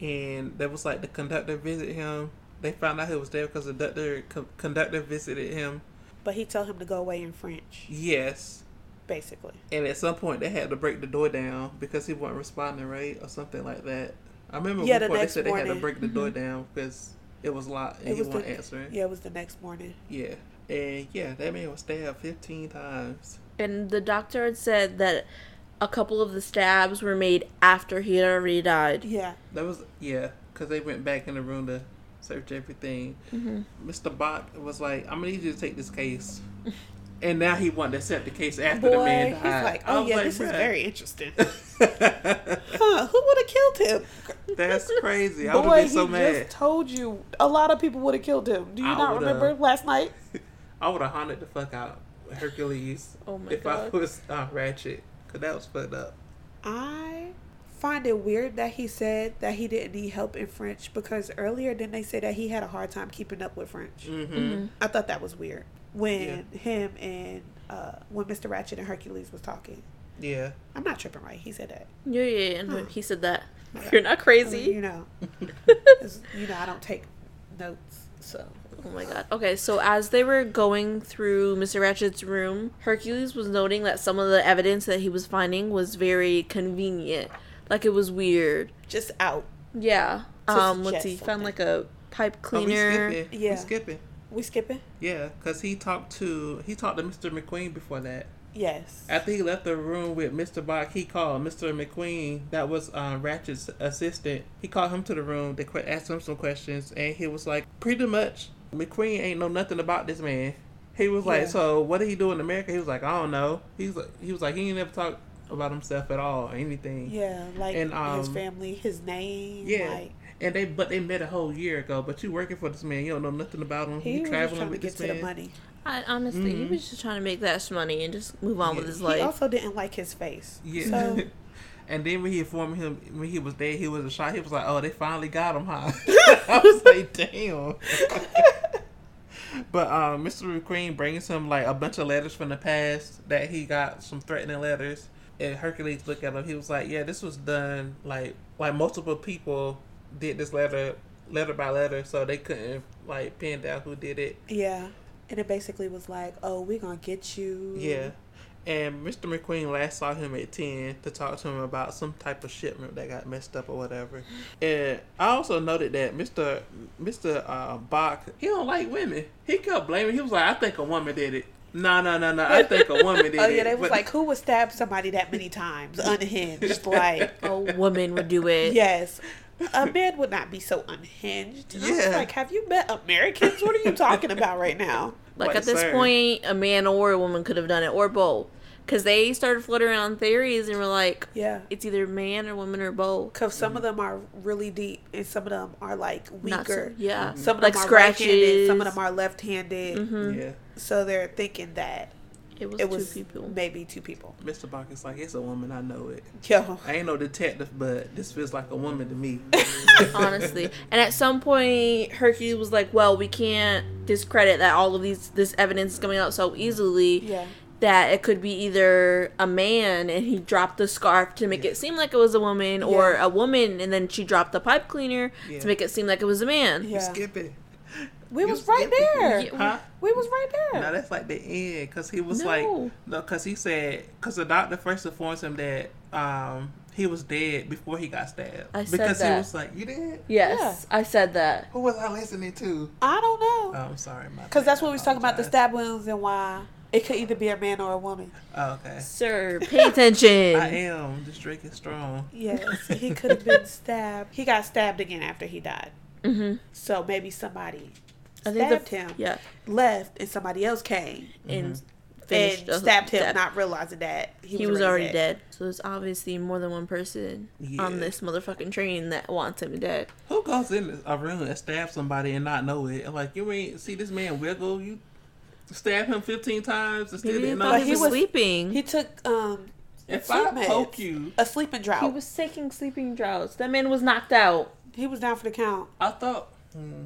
Speaker 3: and that was like the conductor visited him. They found out he was there because the conductor co- conductor visited him.
Speaker 1: But he told him to go away in French,
Speaker 3: Yes.
Speaker 1: basically.
Speaker 3: And at some point, they had to break the door down because he wasn't responding, right, or something like that. I remember
Speaker 1: Yeah,
Speaker 3: one
Speaker 1: the
Speaker 3: point they
Speaker 1: next
Speaker 3: said they had
Speaker 1: morning.
Speaker 3: to
Speaker 1: Mm-hmm.
Speaker 3: break the door down because it was locked and
Speaker 1: It
Speaker 3: he
Speaker 1: was the-
Speaker 3: wasn't answering.
Speaker 1: Yeah, it was the next morning.
Speaker 3: Yeah. and yeah, that man was stabbed fifteen times.
Speaker 2: and the doctor had said that a couple of the stabs were made after he had already died.
Speaker 1: Yeah.
Speaker 3: That was yeah, because they went back in the room to search everything.
Speaker 1: Mm-hmm.
Speaker 3: Mr. Bach was like, "I'm gonna need you to take this case," and now he wanted to set the case after the man
Speaker 1: Boy,
Speaker 3: died.
Speaker 1: he's like,
Speaker 3: I
Speaker 1: oh
Speaker 3: was
Speaker 1: yeah,
Speaker 3: like,
Speaker 1: this is
Speaker 3: "Bruh."
Speaker 1: very interesting. huh? Who would have killed him?
Speaker 3: That's crazy. I would
Speaker 1: Boy,
Speaker 3: have
Speaker 1: he
Speaker 3: been so mad.
Speaker 1: just told you. A lot of people would have killed him. Do you
Speaker 3: I
Speaker 1: not
Speaker 3: would've.
Speaker 1: remember last night?
Speaker 3: I would have haunted the fuck out Hercules
Speaker 2: Oh my
Speaker 3: if
Speaker 2: god.
Speaker 3: I was uh, Ratchet, cause that was fucked up.
Speaker 1: I find it weird that he said that he didn't need help in French because earlier didn't they say that he had a hard time keeping up with French?
Speaker 3: Mm-hmm.
Speaker 1: I thought that was weird when him and uh, when Mr. Ratchet and Hercules was talking.
Speaker 3: Yeah.
Speaker 1: I'm not tripping, right? He said that.
Speaker 2: Yeah, yeah, yeah. and
Speaker 1: Huh.
Speaker 2: he said that.
Speaker 1: Okay.
Speaker 2: You're not
Speaker 1: I mean, you
Speaker 2: crazy.
Speaker 1: know, 'cause, you know, I don't take notes, so
Speaker 2: Oh my god. Okay, so as they were going through Mr. Ratchet's room, Hercules was noting that some of the evidence that he was finding was very convenient. Like it was weird.
Speaker 1: just out.
Speaker 2: Yeah.
Speaker 1: To
Speaker 2: Um, let's
Speaker 1: suggest
Speaker 2: see. He found
Speaker 1: something.
Speaker 2: like a pipe
Speaker 3: Oh, we
Speaker 2: cleaner.
Speaker 3: skipping.
Speaker 1: Yeah.
Speaker 3: We skipping.
Speaker 1: We skipping?
Speaker 3: Yeah, cause he talked to he talked to Mr. McQueen before that.
Speaker 1: Yes.
Speaker 3: After he left the room with Mr. Bach, he called Mr. McQueen, that was um, Ratchet's assistant. He called him to the room. They que- asked him some questions, and he was like, pretty much, McQueen ain't know nothing about this man. He was like,
Speaker 1: Yeah.
Speaker 3: so what did he do in America? He was like, I don't know. He's like, he was like, he ain't never talked about himself at all, or anything.
Speaker 1: yeah, like
Speaker 3: And,
Speaker 1: his
Speaker 3: um,
Speaker 1: family, his name.
Speaker 3: yeah.
Speaker 1: Like,
Speaker 3: And they, but they met a whole year ago. But you working for this man, you don't know nothing about him.
Speaker 1: he
Speaker 3: you
Speaker 1: was just trying to
Speaker 3: with
Speaker 1: get
Speaker 3: this
Speaker 1: to the
Speaker 3: man.
Speaker 1: money.
Speaker 2: I honestly, he was just trying to make that money and just move on with
Speaker 3: Yeah.
Speaker 2: his
Speaker 1: Mm-hmm. He
Speaker 2: life.
Speaker 1: also didn't like his face.
Speaker 3: Yeah.
Speaker 1: So
Speaker 3: and then when he informed him when he was dead, he was a shot. He was like, "Oh, they finally got him, huh?" I was like, "Damn." but um, Mr. McQueen brings him like a bunch of letters from the past that he got some threatening letters. And Hercules looked at him. He was like, "Yeah, this was done like like multiple people did this letter letter by letter, so they couldn't like pin down who did it."
Speaker 1: yeah. And it basically was like, Oh, we're gonna get you
Speaker 3: Yeah. And Mr. McQueen last saw him at 10 to talk to him about some type of shipment that got messed up or whatever. And I also noted that Mr. Mr. Uh, Bach, he don't like women. He kept blaming. He was like, I think a woman did it. No, no, no, no. I think a woman did
Speaker 1: Oh
Speaker 3: it.
Speaker 1: yeah, they was
Speaker 3: But-
Speaker 1: like, Who would stab somebody that many times? Unhinged. Like
Speaker 2: a woman would do it.
Speaker 1: Yes. A man would not be so unhinged. And I was
Speaker 3: Yeah.
Speaker 1: like, have you met Americans? What are you talking about right now?
Speaker 2: Like
Speaker 3: Like,
Speaker 2: at this
Speaker 3: sir.
Speaker 2: point, a man or a woman could have done it, or both, because they started floating around theories and were like,
Speaker 1: Yeah.
Speaker 2: it's either man or woman or both.
Speaker 1: Because some
Speaker 3: Mm.
Speaker 1: of them are really deep and some of them are like
Speaker 2: Not so-
Speaker 1: weaker.
Speaker 2: yeah,
Speaker 3: Mm-hmm.
Speaker 1: Some of
Speaker 2: like
Speaker 1: them are right-handed,
Speaker 2: scratches.
Speaker 1: some of them are left-handed.
Speaker 3: Yeah.
Speaker 1: So they're thinking that
Speaker 2: It was,
Speaker 1: it was
Speaker 2: two people.
Speaker 1: maybe two people.
Speaker 3: Mr. Bach is like, it's a woman. I know it.
Speaker 1: Yo,
Speaker 3: I ain't no detective, but this feels like a woman to me.
Speaker 2: honestly. And at some point, Hercules was like, "Well, we can't discredit that all of these this evidence is coming out so easily
Speaker 1: Yeah.
Speaker 2: that it could be either a man and he dropped the scarf to make it seem like it was a woman, or
Speaker 1: Yeah.
Speaker 2: a woman and then she dropped the pipe cleaner
Speaker 3: Yeah.
Speaker 2: to make it seem like it was a man."
Speaker 1: Yeah.
Speaker 3: Skip it.
Speaker 1: we
Speaker 3: You
Speaker 1: was right
Speaker 3: skipped it.
Speaker 1: there.
Speaker 2: Yeah.
Speaker 3: Huh?
Speaker 1: We was right there.
Speaker 3: Now that's like the end, cause he was
Speaker 2: No.
Speaker 3: like, no, cause he said, cause the doctor first informed him that um he was dead before he got stabbed.
Speaker 2: I said
Speaker 3: because he
Speaker 2: that.
Speaker 3: was like, you did?
Speaker 2: Yes, I said that.
Speaker 3: Who was I listening to?
Speaker 1: I don't know.
Speaker 3: Oh, I'm sorry, my
Speaker 1: Because
Speaker 3: bad.
Speaker 1: that's
Speaker 3: I
Speaker 1: what we was talking about, the
Speaker 3: apologize.
Speaker 1: stab wounds and why it could either be a man or a woman.
Speaker 3: Oh, okay,
Speaker 2: Sir, pay attention.
Speaker 3: I am. This drink is strong.
Speaker 1: Yes, he could have been stabbed. He got stabbed again after he died.
Speaker 2: Mhm.
Speaker 1: So maybe somebody
Speaker 2: I
Speaker 1: stabbed
Speaker 2: the-
Speaker 1: him,
Speaker 2: Yeah,
Speaker 1: left, and somebody else came
Speaker 2: and finished
Speaker 1: and
Speaker 2: the-
Speaker 1: stabbed him,
Speaker 2: that-
Speaker 1: not realizing that he,
Speaker 2: he was already dead. So there's obviously more than one person
Speaker 3: Yeah.
Speaker 2: on this motherfucking train that wants him dead.
Speaker 3: Who goes in a room and stabs somebody and not know it? And like you ain't see this man wiggle. You stab him 15 times and still
Speaker 2: Maybe he
Speaker 3: didn't
Speaker 2: thought
Speaker 3: know.
Speaker 1: But
Speaker 2: he
Speaker 1: he
Speaker 2: was,
Speaker 1: was-
Speaker 2: sleeping.
Speaker 1: He took um
Speaker 3: If
Speaker 1: sleep
Speaker 3: I
Speaker 1: meds,
Speaker 3: poke you,
Speaker 1: a sleeping drought.
Speaker 2: He
Speaker 1: He was,
Speaker 2: was taking sleeping droughts. That man was knocked out.
Speaker 1: down for the count,
Speaker 3: I thought. Hmm,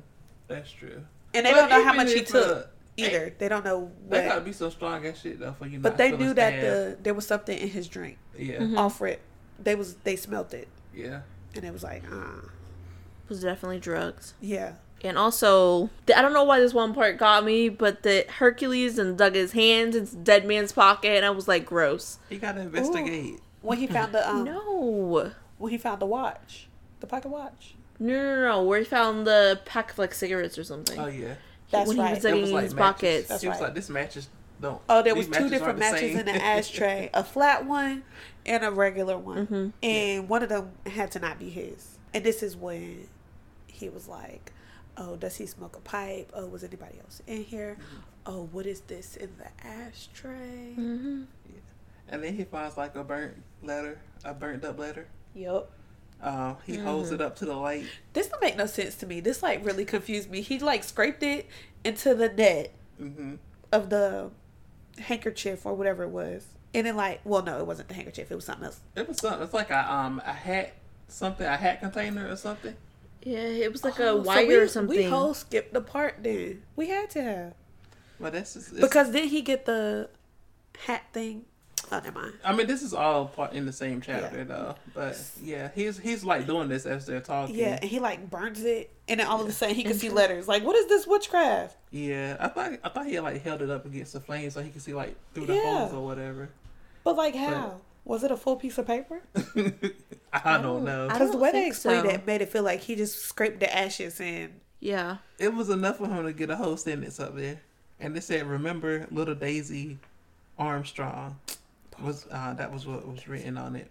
Speaker 3: that's true.
Speaker 1: and they
Speaker 3: But
Speaker 1: don't know how
Speaker 3: even
Speaker 1: much he
Speaker 3: if,
Speaker 1: took
Speaker 3: uh,
Speaker 1: either. They don't know
Speaker 3: They gotta
Speaker 1: what,
Speaker 3: be so strong as shit though for you.
Speaker 1: but
Speaker 3: not
Speaker 1: they
Speaker 3: to
Speaker 1: knew that Mm-hmm.
Speaker 3: understand.
Speaker 1: the there was something in his drink.
Speaker 3: yeah
Speaker 1: Offer it. They was they smelt it,
Speaker 3: yeah
Speaker 1: and it was like ah
Speaker 2: It was definitely drugs.
Speaker 1: yeah.
Speaker 2: And also, th- I don't know why this one part got me, but the Hercules and dug his hands into the dead man's pocket, and I was like, gross.
Speaker 3: he gotta investigate.
Speaker 1: When he found the um
Speaker 2: No.
Speaker 1: when he found the watch, the pocket watch.
Speaker 2: No, no, no. Where he found the pack of like cigarettes or something.
Speaker 3: Oh yeah,
Speaker 1: That's
Speaker 2: when he
Speaker 1: right.
Speaker 2: was digging
Speaker 3: was
Speaker 2: in
Speaker 3: like
Speaker 2: his
Speaker 3: matches.
Speaker 2: pockets.
Speaker 1: That's
Speaker 3: he was
Speaker 1: right.
Speaker 3: like this matches Don't.
Speaker 1: Oh, there was
Speaker 3: These
Speaker 1: two different
Speaker 3: aren't
Speaker 1: matches in the
Speaker 3: same.
Speaker 1: ashtray: a flat one and a regular one.
Speaker 2: Mhm.
Speaker 1: And one of them had to not be his. And this is when he was like, "Oh, does he smoke a pipe? Oh, was anybody else in here?
Speaker 3: Mm-hmm.
Speaker 1: Oh, what is this in the ashtray?"
Speaker 2: Mm-hmm.
Speaker 3: and then he finds like a burnt letter, a burnt up letter.
Speaker 1: Yup.
Speaker 3: Um,
Speaker 1: Mm-hmm.
Speaker 3: he holds it up to the light.
Speaker 1: This don't make no sense to me. This like really confused me. He like scraped it into the net
Speaker 3: Mm-hmm.
Speaker 1: of the handkerchief or whatever it was. And then like, well, no, it wasn't the handkerchief. It was something else.
Speaker 3: It was something. It's like a um a hat, something a hat container or something.
Speaker 2: Yeah, it was like
Speaker 1: Oh, so
Speaker 2: a wire
Speaker 1: we-
Speaker 2: or something.
Speaker 1: We whole skipped the part then. We had to have
Speaker 3: But that's just it's,
Speaker 1: because did he get the hat thing? Oh, never mind.
Speaker 3: I mean this is all part in the same chapter
Speaker 1: Yeah.
Speaker 3: though. But yeah, he's he's like doing this as they're talking.
Speaker 1: Yeah, and he like burns it, and then all of a sudden he can see letters. Like, what is this witchcraft?
Speaker 3: Yeah, I thought I thought he like held it up against the flame so he could see like through the
Speaker 1: Yeah.
Speaker 3: holes or whatever.
Speaker 1: But like, how was it a full piece of paper?
Speaker 3: I
Speaker 1: Oh,
Speaker 3: don't know.
Speaker 2: I don't
Speaker 1: Because the way they
Speaker 2: think
Speaker 1: explained
Speaker 2: so.
Speaker 1: it made it feel like he just scraped the ashes and
Speaker 2: yeah.
Speaker 3: It was enough for him to get a whole sentence up there, and it said, "Remember, little Daisy Armstrong." Was uh, that was what was written on it,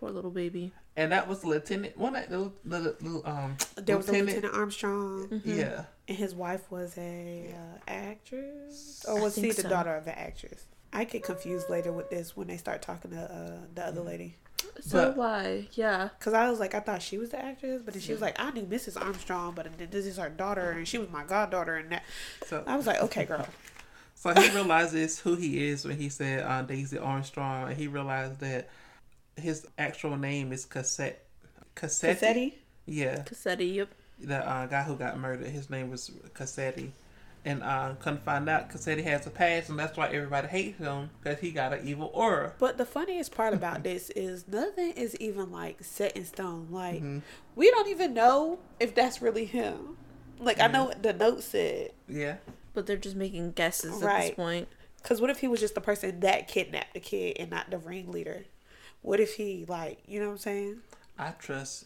Speaker 2: Poor little baby.
Speaker 3: and that was Lieutenant one of the, the, the um
Speaker 1: there was a Lieutenant Mm-hmm. Armstrong,
Speaker 2: Mm-hmm.
Speaker 3: Yeah,
Speaker 1: and his wife was a uh, actress, or
Speaker 2: I
Speaker 1: was he
Speaker 2: think
Speaker 1: the
Speaker 2: so.
Speaker 1: daughter of an actress? I get confused later with this when they start talking to uh, the other
Speaker 2: Mm.
Speaker 1: lady.
Speaker 2: So
Speaker 3: But-
Speaker 2: why? Yeah.
Speaker 1: Cause I was like, I thought she was the actress, but then she was like, I knew Mrs. Armstrong, but th- this is her daughter, and she was my goddaughter, and that.
Speaker 3: so
Speaker 1: I was like, okay, girl.
Speaker 3: So he realizes who he is when he said uh, Daisy Armstrong, and he realized that his actual name is Cassette. Cassetti?
Speaker 1: Cassetti?
Speaker 3: Yeah,
Speaker 2: Cassetti, yep.
Speaker 3: the uh, guy who got murdered, his name was Cassetti. And uh, couldn't find out Cassetti has a past, and that's why everybody hates him because he got an evil aura.
Speaker 1: But the funniest part about this is nothing is even like set in stone. Like we don't even know if that's really him. Like I know what the note said.
Speaker 3: Yeah,
Speaker 2: But they're just making guesses at
Speaker 1: Right.
Speaker 2: this point.
Speaker 1: Cause what if he was just the person that kidnapped the kid and not the ringleader? What if he like, you know what I'm saying?
Speaker 3: I trust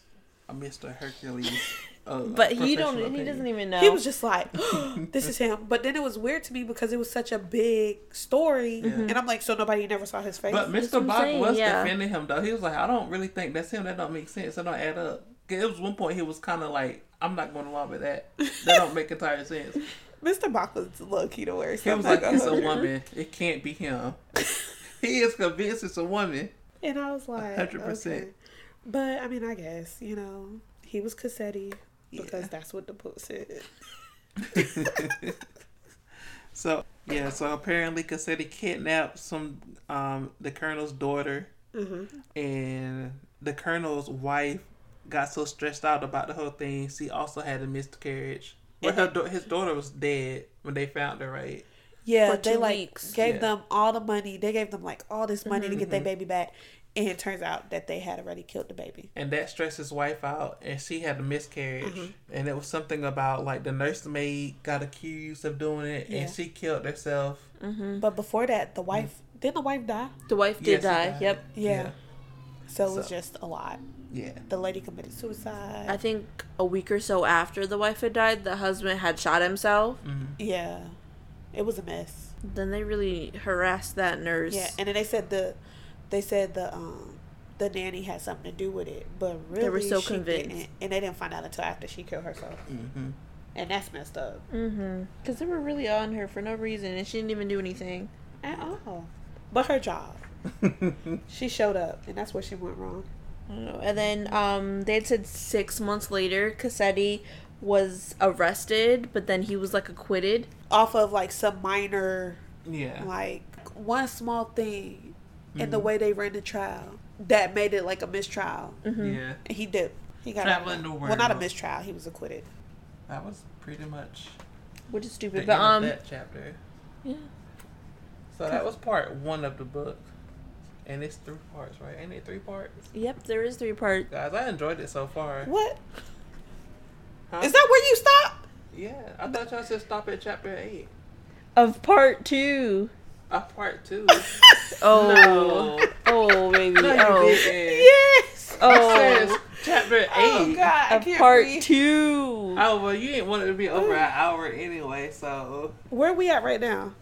Speaker 3: uh, Mr. Hercules. Uh,
Speaker 2: But he
Speaker 3: professional
Speaker 2: don't. He
Speaker 3: opinion.
Speaker 2: doesn't even know.
Speaker 1: He was just like, "This is him," but then it was weird to me because it was such a big story, and I'm like, "So nobody never saw his face."
Speaker 3: But
Speaker 2: That's what
Speaker 3: Mr.
Speaker 2: I'm
Speaker 3: Bach
Speaker 2: saying,
Speaker 3: was
Speaker 2: yeah.
Speaker 3: defending him though. He was like, I don't really think that's him. That don't make sense. That don't add up. 'Cause It was one point he was kind of like, I'm not going along with that. That don't make entire sense.
Speaker 1: Mr. Bach was low key to wear.
Speaker 3: He was like, it's a woman. It can't be him. he is convinced it's a woman.
Speaker 1: and I was like,
Speaker 3: hundred percent.
Speaker 1: "Okay." But I mean, I guess you know he was Cassetti because
Speaker 3: Yeah.
Speaker 1: that's what the book said.
Speaker 3: So yeah. So apparently, Cassetti kidnapped some um the colonel's daughter,
Speaker 2: Mm-hmm.
Speaker 3: and the colonel's wife got so stressed out about the whole thing. She also had a miscarriage. Well, her da- his daughter was dead when they found her, right?
Speaker 1: Yeah,
Speaker 2: For
Speaker 1: they
Speaker 2: two
Speaker 1: like
Speaker 2: weeks.
Speaker 1: gave
Speaker 3: Yeah. Mm-hmm.
Speaker 1: them all the money. They gave them like all this money to get their baby back, and it turns out that they had already killed the baby.
Speaker 3: and that stressed his wife out and she had a miscarriage
Speaker 2: Mm-hmm.
Speaker 3: and it was something about like the nursemaid got accused of doing it
Speaker 1: Yeah.
Speaker 3: and she killed herself Mm-hmm.
Speaker 1: But before that, the wife didn't the wife die.
Speaker 2: the wife
Speaker 3: Yes,
Speaker 2: did
Speaker 3: he
Speaker 2: die.
Speaker 3: died.
Speaker 2: Yep.
Speaker 1: Yeah. So it was
Speaker 3: So-
Speaker 1: just a lot.
Speaker 3: yeah
Speaker 1: The lady committed suicide.
Speaker 2: I think a week or so after the wife had died, the husband had shot himself.
Speaker 1: Mm-hmm. yeah, it was a mess.
Speaker 2: Then they really harassed that nurse.
Speaker 1: Yeah, and then they said the they said the um the nanny had something to do with it, but really
Speaker 2: were so
Speaker 1: she
Speaker 2: convinced.
Speaker 1: didn't, and they didn't find out until after she killed herself,
Speaker 3: mm-hmm.
Speaker 1: and that's messed up
Speaker 2: Mm-hmm. Because they were really on her for no reason, and she didn't even do anything.
Speaker 1: at all. But her job,
Speaker 3: Mm-hmm.
Speaker 1: she showed up, and that's where she went wrong.
Speaker 2: I don't know. And then um, they had said six months later, Cassetti was arrested, but then he was like acquitted.
Speaker 1: Off of like some minor,
Speaker 3: yeah
Speaker 1: like one small thing, in the way they ran the trial that made it like a mistrial,
Speaker 3: yeah
Speaker 1: and he did. He got
Speaker 3: Mm. Traveling
Speaker 1: out.
Speaker 3: the
Speaker 1: Well, not a
Speaker 3: world.
Speaker 1: mistrial. He was acquitted.
Speaker 3: that was pretty much
Speaker 2: Which is
Speaker 3: the
Speaker 2: stupid,
Speaker 3: end
Speaker 2: but
Speaker 3: of
Speaker 2: um,
Speaker 3: that chapter
Speaker 2: yeah.
Speaker 3: so that was part one of the book and it's three parts right ain't it three parts
Speaker 2: yep, there is three part.
Speaker 3: guys i enjoyed it so far
Speaker 1: What
Speaker 3: Huh?
Speaker 1: is that? Where you stop?
Speaker 3: yeah i thought y'all said stop at chapter eight
Speaker 2: of part two.
Speaker 3: uh, part two
Speaker 2: Oh,
Speaker 3: no,
Speaker 2: oh, baby,
Speaker 3: no you
Speaker 2: oh,
Speaker 3: didn't.
Speaker 1: Yes.
Speaker 3: It says
Speaker 2: oh,
Speaker 3: chapter eight.
Speaker 1: Oh God, I
Speaker 2: of
Speaker 1: can't
Speaker 2: part
Speaker 1: breathe.
Speaker 2: two.
Speaker 3: Oh well, you didn't want it to be over an hour anyway, so
Speaker 1: Where we at right now?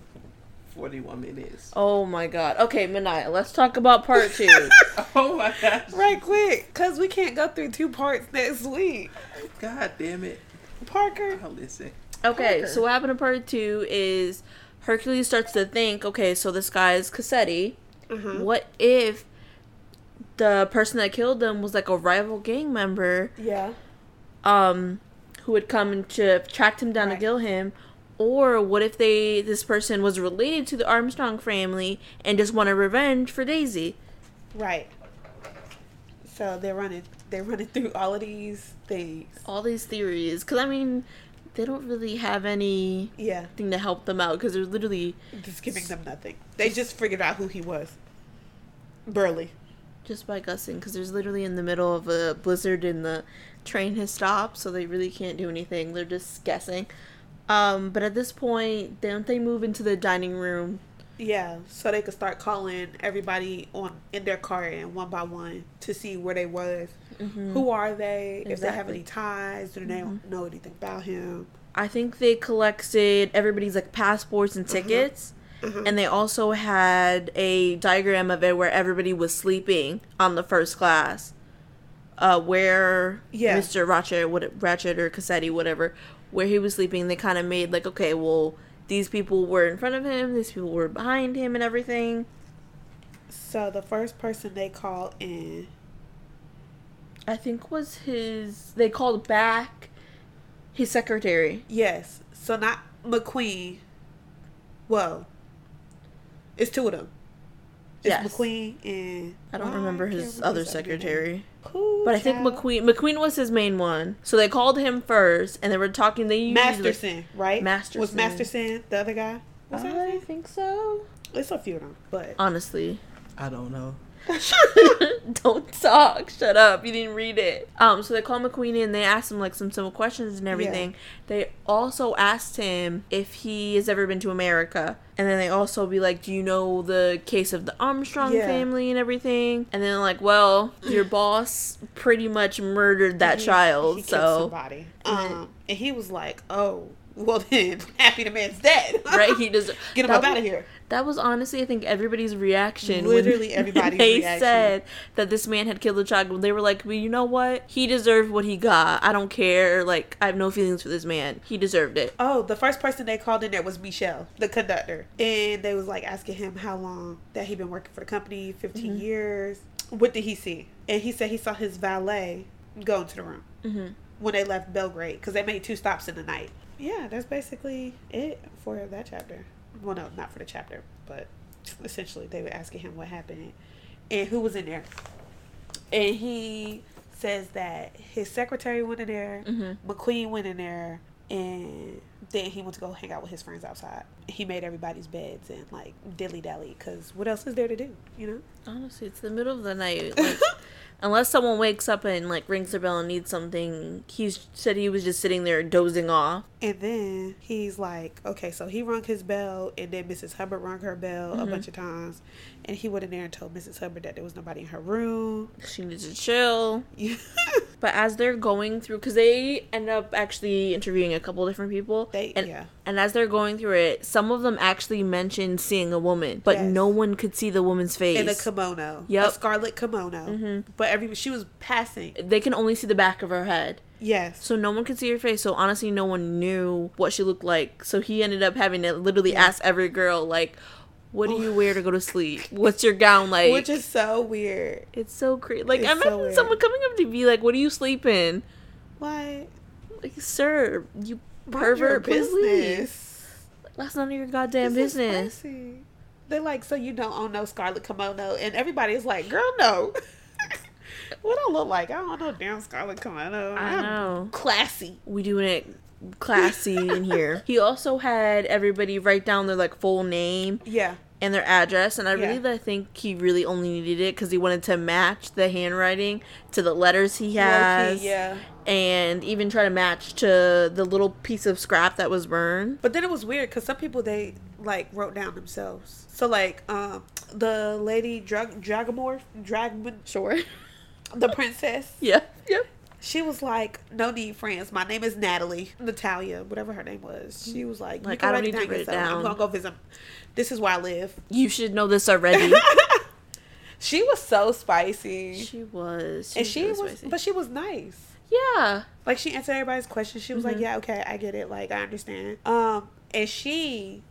Speaker 3: 41 minutes.
Speaker 2: Oh my god. Okay, Manaya, let's talk about part two.
Speaker 3: Oh my gosh.
Speaker 1: Right quick, because we can't go through two parts next week.
Speaker 3: God damn it.
Speaker 1: Parker.
Speaker 3: I'll listen.
Speaker 2: okay,
Speaker 1: Parker.
Speaker 2: so what happened in part two is Hercules starts to think, okay, so this guy is Cassetti. What if the person that killed them was like a rival gang member
Speaker 1: Yeah.
Speaker 2: um who had come and to tracked him down
Speaker 1: Right.
Speaker 2: to kill him? Or what if they this person was related to the Armstrong family and just wanted revenge for Daisy?
Speaker 1: Right. So they're running. They're running through all of these things.
Speaker 2: All these theories, because I mean, they don't really have any
Speaker 1: Yeah.
Speaker 2: thing to help them out because there's literally
Speaker 1: Just giving them nothing. They just figured out who he was. Burley.
Speaker 2: just by guessing because there's literally in the middle of a blizzard and the train has stopped so they really can't do anything they're just guessing um but at this point don't they move into the dining room
Speaker 1: Yeah. So they could start calling everybody on in their car and one by one to see where they was. Who are they? If they have
Speaker 2: Exactly.
Speaker 1: any ties? Do they know anything about him?
Speaker 2: i think they collected everybody's like passports
Speaker 1: Mm-hmm.
Speaker 2: and tickets and they also had a diagram of it where everybody was sleeping on the first class uh where
Speaker 1: Yeah.
Speaker 2: mr ratchet what ratchet or cassetti whatever where he was sleeping they kind of made like okay well these people were in front of him these people were behind him and everything
Speaker 1: So the first person they call in.
Speaker 2: i think was his they called back his secretary
Speaker 1: Yes. So not McQueen. Well, it's two of them. It's
Speaker 2: Yes.
Speaker 1: McQueen and
Speaker 2: i don't
Speaker 1: Why
Speaker 2: remember
Speaker 1: can't
Speaker 2: his
Speaker 1: remember
Speaker 2: other
Speaker 1: his other name?
Speaker 2: secretary
Speaker 1: Cool.
Speaker 2: But I think
Speaker 1: child.
Speaker 2: McQueen McQueen was his main one. So they called him first, and they were talking. They usually
Speaker 1: Masterson, right? Was
Speaker 2: Masterson. Uh-huh.
Speaker 1: Masterson the other guy? What's that
Speaker 2: I
Speaker 1: name?
Speaker 2: think so.
Speaker 1: It's a few of them, but
Speaker 2: Honestly,
Speaker 3: I don't know.
Speaker 2: don't talk. Shut up. You didn't read it. Um. So they called McQueen and they asked him like some simple questions and everything. They also asked him if he has ever been to America, and then they also be like, "Do you know the case of the Armstrong
Speaker 1: Yeah.
Speaker 2: family and everything?" And then like, "Well, your boss pretty much murdered that child,
Speaker 1: he killed
Speaker 2: so."
Speaker 1: somebody. Um, and he was like, "Oh, well then, happy the man's dead,
Speaker 2: Right, he does.
Speaker 1: Get him
Speaker 2: that
Speaker 1: up
Speaker 2: was-
Speaker 1: out of here."
Speaker 2: That was honestly, I think, everybody's reaction.
Speaker 1: Literally everybody's
Speaker 2: they
Speaker 1: reaction.
Speaker 2: said that this man had killed a child. They were like, well, you know what? He deserved what he got. I don't care. Like, I have no feelings for this man. He deserved it.
Speaker 1: Oh, the first person they called in there was Michelle, the conductor, and they was like asking him how long that he'd been working for the company, 15 years. What did he see? And he said he saw his valet go into the room when they left Belgrade because they made two stops in the night. Yeah, that's basically it for that chapter. Well, no, not for the chapter, but essentially they were asking him what happened and who was in there. And he says that his secretary went in there, McQueen went in there, and then he went to go hang out with his friends outside. He made everybody's beds and like dilly dally because what else is there to do, you know?
Speaker 2: Honestly, it's the middle of the night. Like, unless someone wakes up and, like, rings their bell and needs something, he said he was just sitting there dozing off.
Speaker 1: And then he's like, okay, so he rung his bell, and then Mrs. Hubbard rung her bell a bunch of times, and he went in there and told Mrs. Hubbard that there was nobody in her room.
Speaker 2: She needs to chill. But as they're going through, because they end up actually interviewing a couple different people,
Speaker 1: They-
Speaker 2: and,
Speaker 1: yeah.
Speaker 2: and as they're going through it, some of them actually mentioned seeing a woman, but
Speaker 1: Yes.
Speaker 2: no one could see the woman's face.
Speaker 1: in a kimono, a
Speaker 2: Yep.
Speaker 1: scarlet kimono, but every she was passing.
Speaker 2: they can only see the back of her head,
Speaker 1: Yes,
Speaker 2: so no one could see her face. So honestly, no one knew what she looked like. So he ended up having to literally ask every girl, like, "What do you wear to go to sleep? What's your gown like?"
Speaker 1: Oh. which is so weird.
Speaker 2: it's so crazy. Like,
Speaker 1: It's so
Speaker 2: imagine
Speaker 1: weird.
Speaker 2: someone coming up to me like, "What do you sleep in?"
Speaker 1: Like
Speaker 2: Like, sir, you
Speaker 1: mind your
Speaker 2: pervert, please. leave.
Speaker 1: business.
Speaker 2: That's none of your goddamn
Speaker 1: This is
Speaker 2: business.
Speaker 1: crazy. They like, so you don't own no scarlet kimono, and everybody is like, girl, no. what I look like? I don't know damn scarlet kimono.
Speaker 2: I
Speaker 1: I'm
Speaker 2: know.
Speaker 1: classy.
Speaker 2: We doing it classy in here. He also had everybody write down their like full name
Speaker 1: Yeah.
Speaker 2: and their address, and I
Speaker 1: Yeah.
Speaker 2: really I think he really only needed it because he wanted to match the handwriting to the letters he has,
Speaker 1: yeah.
Speaker 2: and even try to match to the little piece of scrap that was burned.
Speaker 1: But then it was weird because some people they like wrote down themselves. So like um the lady drug dragomorph drag
Speaker 2: Sure.
Speaker 1: the princess
Speaker 2: yeah. Yep.
Speaker 1: She was like, "No need, friends. My name is Natalie, Natalia, whatever her name was." She was like, "You
Speaker 2: Like,
Speaker 1: can
Speaker 2: I
Speaker 1: write
Speaker 2: don't
Speaker 1: it
Speaker 2: need to
Speaker 1: down
Speaker 2: write it
Speaker 1: yourself. I'm
Speaker 2: down.
Speaker 1: gonna go visit. This is where I live."
Speaker 2: You should know this already.
Speaker 1: She was so spicy,
Speaker 2: she was.
Speaker 1: and she
Speaker 2: really
Speaker 1: was,
Speaker 2: spicy.
Speaker 1: but she was nice.
Speaker 2: yeah.
Speaker 1: Like she answered everybody's questions. She was
Speaker 2: Mm-hmm.
Speaker 1: like, "Yeah, okay, I get it. Like I understand." Um, and she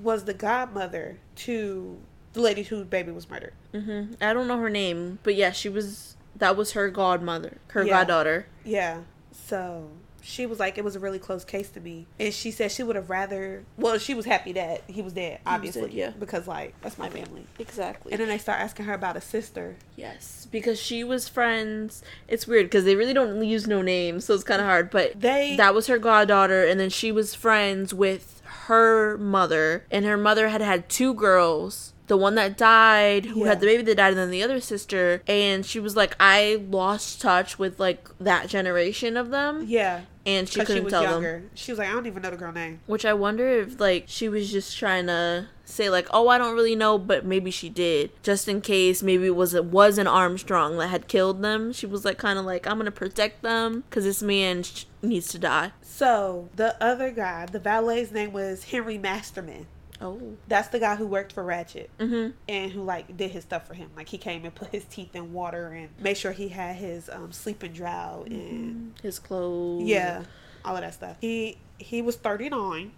Speaker 1: was the godmother to the lady whose baby was murdered.
Speaker 2: hmm I don't know her name, but yeah, she was. That was her godmother, her
Speaker 1: Yeah.
Speaker 2: goddaughter.
Speaker 1: Yeah. So she was like, it was a really close case to me. And she said she would have rather, well, she was happy that he was dead, obviously.
Speaker 2: yeah.
Speaker 1: Because, like, that's my family.
Speaker 2: Exactly.
Speaker 1: And then they start asking her about a sister.
Speaker 2: yes, because she was friends. It's weird because they really don't use no names, so it's kind of hard. But
Speaker 1: They,
Speaker 2: that was her goddaughter and then she was friends with her mother and her mother had had two girls the one that died who
Speaker 1: Yeah.
Speaker 2: had the baby that died and then the other sister and she was like i lost touch with like that generation of them
Speaker 1: yeah,
Speaker 2: and
Speaker 1: because
Speaker 2: she
Speaker 1: she
Speaker 2: couldn't
Speaker 1: was
Speaker 2: tell
Speaker 1: younger.
Speaker 2: them
Speaker 1: She was like, I don't even know the girl name.
Speaker 2: which i wonder if like she was just trying to say like oh i don't really know but maybe she did just in case maybe it was it was an armstrong that had killed them she was like kind of like i'm gonna protect them because this man sh- needs to die
Speaker 1: So the other guy, the valet's name was Henry Masterman.
Speaker 2: oh
Speaker 1: That's the guy who worked for Ratchet
Speaker 2: mm-hmm
Speaker 1: and who like did his stuff for him. Like he came and put his teeth in water and made sure he had his um, sleeping drow and
Speaker 2: his clothes.
Speaker 1: Yeah, all of that stuff. He he was thirty nine.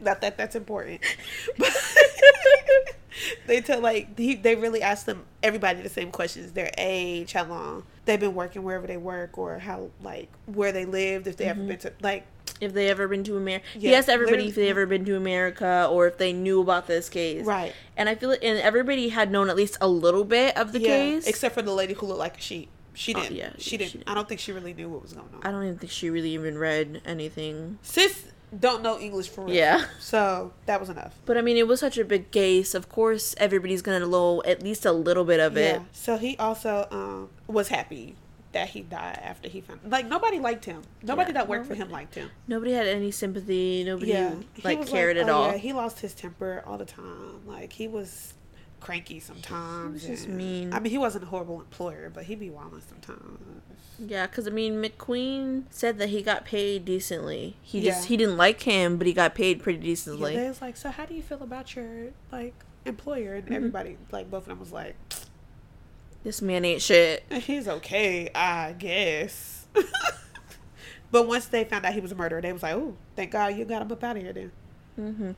Speaker 1: Not that that's important, but they tell like he, they really asked them everybody the same questions: their age, how long they've been working, wherever they work, or how like where they lived, if they
Speaker 2: Mm-hmm.
Speaker 1: ever been to like
Speaker 2: If they ever been to America, he
Speaker 1: Yeah,
Speaker 2: asked everybody if
Speaker 1: literally.
Speaker 2: they ever been to America or if they knew about this case.
Speaker 1: right.
Speaker 2: And I feel it, and everybody had known at least a little bit of the
Speaker 1: yeah,
Speaker 2: case.
Speaker 1: except for the lady who looked like a sheep. She
Speaker 2: Oh,
Speaker 1: didn't.
Speaker 2: yeah,
Speaker 1: she,
Speaker 2: yeah,
Speaker 1: didn't.
Speaker 2: she didn't.
Speaker 1: I don't think she really knew what was going on.
Speaker 2: I don't even think she really even read anything.
Speaker 1: Sis don't know English for real.
Speaker 2: Yeah.
Speaker 1: So that was enough.
Speaker 2: But I mean, it was such a big case. Of course, everybody's gonna know at least a little bit of it.
Speaker 1: Yeah. So he also um, was happy that he died after he found. Like nobody liked him. Nobody
Speaker 2: Yeah,
Speaker 1: that worked for
Speaker 2: nobody-
Speaker 1: him liked him.
Speaker 2: Nobody had any sympathy. Nobody
Speaker 1: Yeah. He
Speaker 2: like
Speaker 1: was
Speaker 2: cared
Speaker 1: like,
Speaker 2: at
Speaker 1: oh,
Speaker 2: all.
Speaker 1: Yeah, he lost his temper all the time. Like he was cranky sometimes.
Speaker 2: just
Speaker 1: and-
Speaker 2: mean.
Speaker 1: I mean, he wasn't a horrible employer, but he'd be wilding sometimes.
Speaker 2: Yeah, because I mean, McQueen said that he got paid decently. He just
Speaker 1: Yeah.
Speaker 2: he didn't like him, but he got paid pretty
Speaker 1: Yeah,
Speaker 2: decently.
Speaker 1: they was like, so how do you feel about your like employer? And everybody, like both of them, was like,
Speaker 2: this man ain't shit.
Speaker 1: he's okay, I guess. but once they found out he was a murderer, they was like, oh, thank God you got him up out of here then.
Speaker 2: hmm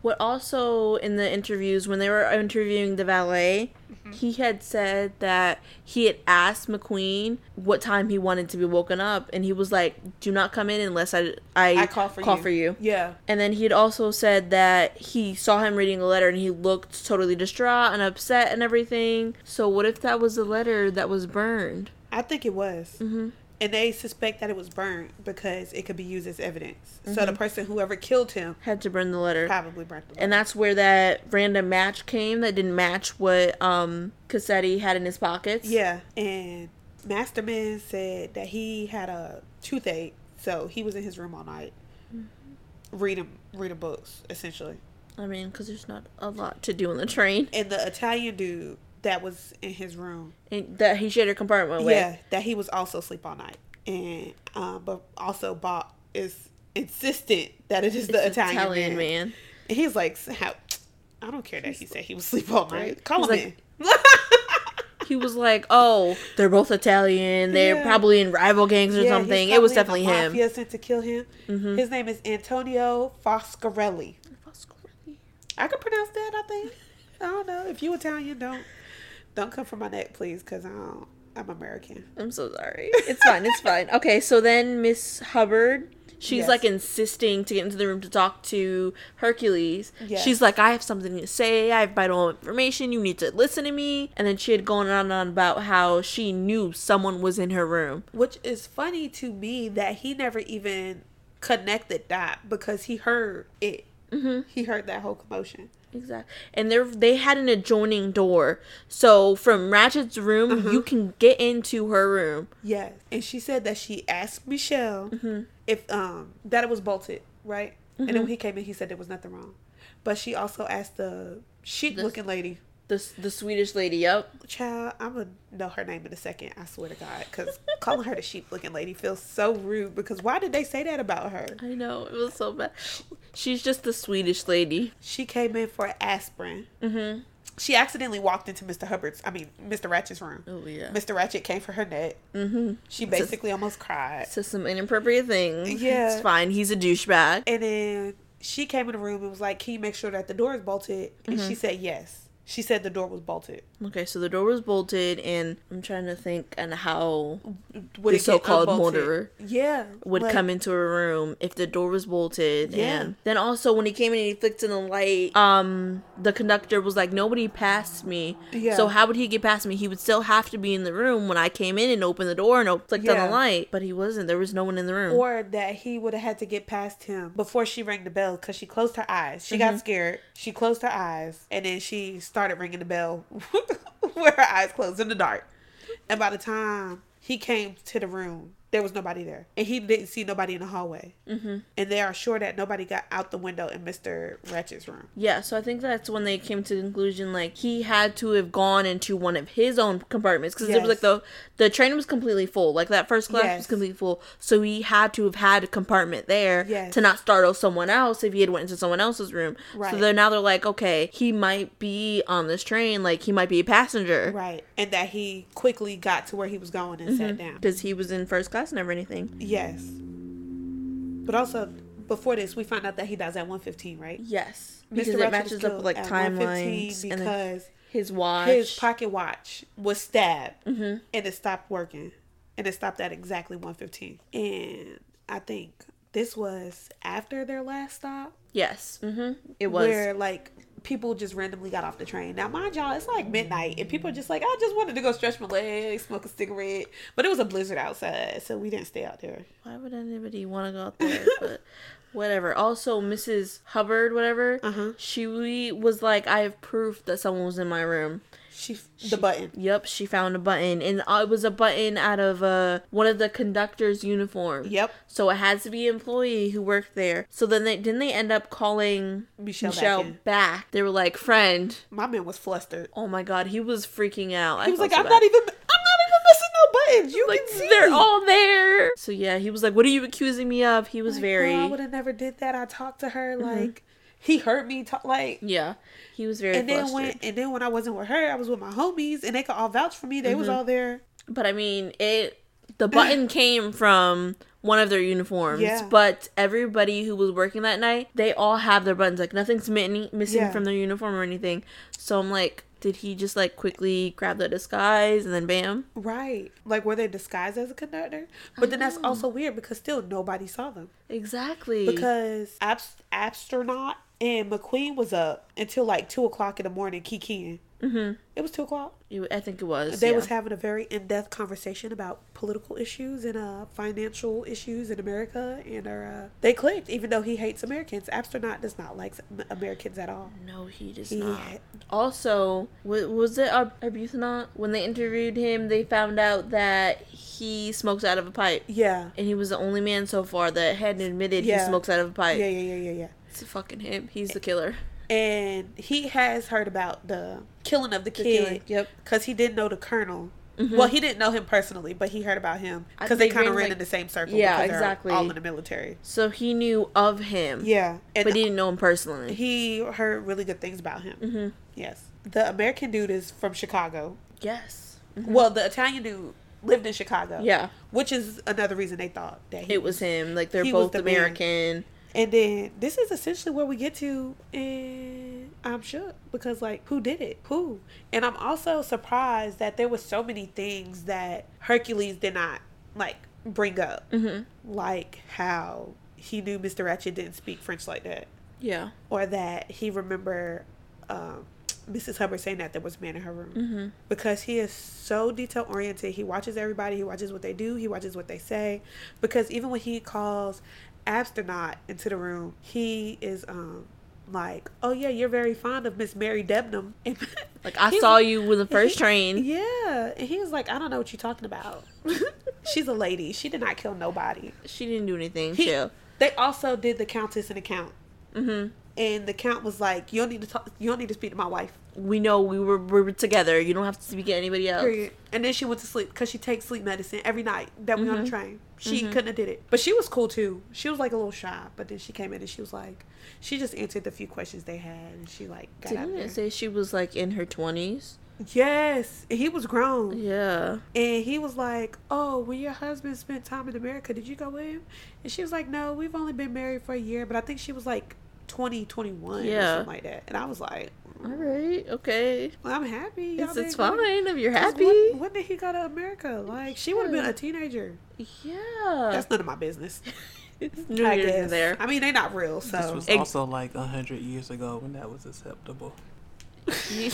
Speaker 2: What also in the interviews when they were interviewing the valet,
Speaker 1: Mm-hmm.
Speaker 2: he had said that he had asked McQueen what time he wanted to be woken up, and he was like, "Do not come in unless I I,
Speaker 1: I call for you." Yeah.
Speaker 2: And then he had also said that he saw him reading a letter and he looked totally distraught and upset and everything. So what if that was the letter that was burned?
Speaker 1: I think it was.
Speaker 2: Mhm.
Speaker 1: And they suspect that it was burned because it could be used as evidence. So the person, whoever killed him,
Speaker 2: Had to burn the letter.
Speaker 1: probably burnt the
Speaker 2: and that's where that random match came that didn't match what um Cassetti had in his pockets.
Speaker 1: Yeah. And Masterman said that he had a toothache, so he was in his room all night, reading reading books essentially.
Speaker 2: I mean, because there's not a lot to do on the train,
Speaker 1: And the Italian dude that was in his room,
Speaker 2: and that he shared a compartment with.
Speaker 1: yeah, that he was also asleep all night, and um, but also Bob is insistent that it is the
Speaker 2: It's
Speaker 1: Italian, man.
Speaker 2: man.
Speaker 1: And he's like, "S- how, I don't care that he said he was asleep all night.
Speaker 2: Right.
Speaker 1: Call
Speaker 2: He's
Speaker 1: him
Speaker 2: like-
Speaker 1: in.
Speaker 2: He was like, "Oh, they're both Italian. They're
Speaker 1: Yeah.
Speaker 2: probably in rival gangs or
Speaker 1: Yeah, he's
Speaker 2: something." It was
Speaker 1: probably
Speaker 2: definitely
Speaker 1: in the
Speaker 2: him. Mm-hmm.
Speaker 1: Mafia sent to kill him. His name is Antonio Foscarelli. I can pronounce that. I think. I don't know if you Italian. Don't don't come for my neck, please, because I'm I'm American.
Speaker 2: I'm so sorry. It's fine. It's fine. Okay, so then Miss Hubbard, she's
Speaker 1: Yes.
Speaker 2: like insisting to get into the room to talk to Hercules.
Speaker 1: Yes.
Speaker 2: She's like, I have something to say. I have vital information. You need to listen to me. And then she had gone on and on about how she knew someone was in her room.
Speaker 1: Which is funny to me that he never even connected that because he heard it.
Speaker 2: Mm-hmm.
Speaker 1: He heard that whole commotion.
Speaker 2: Exactly. And they they had an adjoining door. So from Ratchet's room, you can get into her room.
Speaker 1: Yes, and she said that she asked Michelle
Speaker 2: Mm-hmm.
Speaker 1: if um that it was bolted, right? And then when he came in, he said there was nothing wrong. But she also asked the chic looking lady
Speaker 2: The the Swedish lady. Yep.
Speaker 1: Child, I'm gonna know her name in a second. I swear to God, because calling her the sheep-looking lady feels so rude. Because why did they say that about her?
Speaker 2: I know it was so bad. She's just the Swedish lady.
Speaker 1: She came in for aspirin.
Speaker 2: Mm-hmm.
Speaker 1: She accidentally walked into Mr. Hubbard's. I mean, Mr. Ratchet's room.
Speaker 2: Oh yeah.
Speaker 1: Mr. Ratchet came for her neck.
Speaker 2: Mm-hmm.
Speaker 1: She basically almost cried.
Speaker 2: Says some inappropriate things.
Speaker 1: Yeah.
Speaker 2: It's fine. He's a douchebag.
Speaker 1: And then she came in the room and was like, "Can you make sure that the door is bolted?" And
Speaker 2: Mm-hmm.
Speaker 1: she said, "Yes." She said the door was bolted.
Speaker 2: Okay, so the door was bolted, and I'm trying to think and how
Speaker 1: Would
Speaker 2: The
Speaker 1: it get
Speaker 2: so-called
Speaker 1: unbolted?
Speaker 2: murderer
Speaker 1: yeah,
Speaker 2: would
Speaker 1: like,
Speaker 2: come into a room if the door was bolted.
Speaker 1: Yeah.
Speaker 2: And then also when he came in and he flicked in the light, um, the conductor was like, Nobody passed me.
Speaker 1: Yeah.
Speaker 2: So how would he get past me? He would still have to be in the room when I came in and opened the door and op- flicked on
Speaker 1: Yeah.
Speaker 2: the light. But he wasn't. There was no one in the room.
Speaker 1: or that he would have had to get past him before she rang the bell because she closed her eyes. She
Speaker 2: Mm-hmm.
Speaker 1: got scared. She closed her eyes and then she started ringing the bell with her eyes closed in the dark. And by the time he came to the room, there was nobody there, and he didn't see nobody in the hallway. Mm-hmm. And they are sure that nobody got out the window in Mister Ratchet's room.
Speaker 2: yeah, so I think that's when they came to the conclusion like he had to have gone into one of his own compartments because it was
Speaker 1: Yes.
Speaker 2: like the the train was completely full. Like that first class was
Speaker 1: Yes.
Speaker 2: completely full, so he had to have had a compartment there
Speaker 1: Yes.
Speaker 2: to not startle someone else if he had went into someone else's room. So
Speaker 1: Right.
Speaker 2: they're now they're like, okay, he might be on this train, like he might be a passenger.
Speaker 1: Right. And that he quickly got to where he was going and
Speaker 2: Mm-hmm.
Speaker 1: sat down.
Speaker 2: Because he was in first class and never anything.
Speaker 1: Yes. But also, before this, we find out that he dies at 115, right?
Speaker 2: Yes, because
Speaker 1: Ratchet
Speaker 2: it
Speaker 1: was
Speaker 2: matches up
Speaker 1: killed
Speaker 2: with like
Speaker 1: at 1:15
Speaker 2: timelines and then
Speaker 1: Because
Speaker 2: his watch. Mm-hmm.
Speaker 1: his pocket watch was stabbed and it stopped working. And it stopped at exactly 115. And I think this was after their last stop
Speaker 2: yes, hmm it was.
Speaker 1: where like people just randomly got off the train. Now, mind y'all, it's like midnight, and people are just like, I just wanted to go stretch my legs, smoke a cigarette, but it was a blizzard outside, so we didn't stay out there.
Speaker 2: Why would anybody want to go out there? But whatever. Also, Mrs. Hubbard, whatever,
Speaker 1: Uh-huh.
Speaker 2: she was like, I have proof that someone was in my room.
Speaker 1: She, the button.
Speaker 2: Yep, she found a button, and uh, it was a button out of uh, one of the conductor's uniform.
Speaker 1: Yep.
Speaker 2: So it has to be an employee who worked there. So then they didn't they end up calling Michelle,
Speaker 1: Michelle
Speaker 2: back,
Speaker 1: back in.
Speaker 2: They were like, friend.
Speaker 1: My man was flustered.
Speaker 2: Oh my god, he was freaking out.
Speaker 1: He was like, I'm not even, I'm not even missing no buttons. You
Speaker 2: Oh, Like
Speaker 1: can see.
Speaker 2: they're all there. So yeah, he was like, "What are you accusing me of?" He was
Speaker 1: Like,
Speaker 2: very.
Speaker 1: "Bro, I would have never did that. I talked to her like he hurt me. Talk like.
Speaker 2: Yeah, he was very
Speaker 1: And then
Speaker 2: flustered.
Speaker 1: when and then when I wasn't with her, I was with my homies, and they could all vouch for me. They was all there.
Speaker 2: but I mean, it the button came from one of their uniforms,
Speaker 1: Yeah.
Speaker 2: but everybody who was working that night, they all have their buttons. Like nothing's mi- missing
Speaker 1: Yeah.
Speaker 2: from their uniform or anything. So I'm like, did he just like quickly grab the disguise and then bam?
Speaker 1: Right. Like were they disguised as a conductor? But then that's also weird because still nobody saw them.
Speaker 2: Exactly.
Speaker 1: Because Abs- astronaut and McQueen was up until like two o'clock in the morning kikiing. Mm-hmm. It was two o'clock.
Speaker 2: You- I think it was.
Speaker 1: They
Speaker 2: yeah.
Speaker 1: was having a very in-depth conversation about political issues and uh, financial issues in America, and uh, they clicked. Even though he hates Americans, astronaut does not like s- Americans at all.
Speaker 2: no, he does
Speaker 1: He-
Speaker 2: not. Also, wa- was it Ar- Arbuthnot? When they interviewed him, they found out that he smokes out of a pipe.
Speaker 1: Yeah,
Speaker 2: and he was the only man so far that hadn't admitted he
Speaker 1: Yeah.
Speaker 2: smokes out of a pipe.
Speaker 1: yeah, yeah, yeah, yeah, yeah.
Speaker 2: It's fucking him. He's the killer.
Speaker 1: And he has heard about the killing of the
Speaker 2: killer,
Speaker 1: kid.
Speaker 2: yep. Mm-hmm.
Speaker 1: Because he didn't know the colonel. Well, he didn't know him personally, but he heard about him
Speaker 2: I-
Speaker 1: because they
Speaker 2: they
Speaker 1: kind of
Speaker 2: ran,
Speaker 1: ran
Speaker 2: like-
Speaker 1: in the same circle.
Speaker 2: Yeah,
Speaker 1: because they're
Speaker 2: exactly.
Speaker 1: All in the military.
Speaker 2: So he knew of him.
Speaker 1: Yeah, and
Speaker 2: But he didn't know him personally.
Speaker 1: he heard really good things about him.
Speaker 2: Mm-hmm.
Speaker 1: Yes, the American dude is from Chicago.
Speaker 2: yes.
Speaker 1: Well, the Italian dude lived in Chicago.
Speaker 2: Mm-hmm. Yeah.
Speaker 1: Which is another reason they thought that he
Speaker 2: It was him. Like they're
Speaker 1: He was
Speaker 2: both
Speaker 1: the man.
Speaker 2: American.
Speaker 1: And then this is essentially where we get to and I'm shook because like who did it? Who? And I'm also surprised that there was so many things that Hercules did not like bring up.
Speaker 2: Mhm.
Speaker 1: Like how he knew Mr. Ratchet didn't speak French like that.
Speaker 2: Yeah.
Speaker 1: Or that he remember um Mrs. Hubbard saying that there was a man in her room
Speaker 2: Mm-hmm.
Speaker 1: because he is so detail oriented. He watches everybody. He watches what they do. He watches what they say. Because even when he calls Astronaut into the room, he is um like, "Oh yeah, you're very fond of Miss Mary Debnam." And
Speaker 2: Like I
Speaker 1: he's-
Speaker 2: saw you with the first train.
Speaker 1: Yeah, and he was like, "I don't know what you're talking about." She's a lady. She did not kill nobody.
Speaker 2: She didn't do anything.
Speaker 1: He-
Speaker 2: Chill.
Speaker 1: They also did the Countess and the Count, Mm-hmm.
Speaker 2: Mhm.
Speaker 1: and the Count was like, "You don't need to talk. You don't need to speak to my wife."
Speaker 2: we know we were we were together. You don't have to speak to anybody else.
Speaker 1: Period. And then she went to sleep because she takes sleep medicine every night that we on the train. She couldn't have did it, but she was cool too. She was like a little shy, but then she came in and she was like, she just answered the few questions they had, and she like got out
Speaker 2: Didn't
Speaker 1: there.
Speaker 2: it say she was like in her twenties?
Speaker 1: yes, and he was grown,
Speaker 2: Yeah.
Speaker 1: and he was like, "Oh, when your husband spent time in America, did you go with him?" And she was like, "No, we've only been married for a year, but I think she was like 20, 21 or
Speaker 2: Yeah.
Speaker 1: something like that." And I was like,
Speaker 2: All right. Okay.
Speaker 1: well, "I'm happy. y'all
Speaker 2: It's, it's
Speaker 1: been good.
Speaker 2: fine if you're
Speaker 1: 'Cause
Speaker 2: happy.
Speaker 1: When, when did he go to America? Like she would have been
Speaker 2: Yeah.
Speaker 1: a teenager.
Speaker 2: Yeah.
Speaker 1: That's none of my business.
Speaker 2: It's New
Speaker 1: I
Speaker 2: Year's in
Speaker 1: guess.
Speaker 2: there.
Speaker 1: I mean, they're not real,
Speaker 3: This
Speaker 1: so
Speaker 3: was
Speaker 2: Ex-
Speaker 3: also like a hundred years ago when that was acceptable.
Speaker 2: You-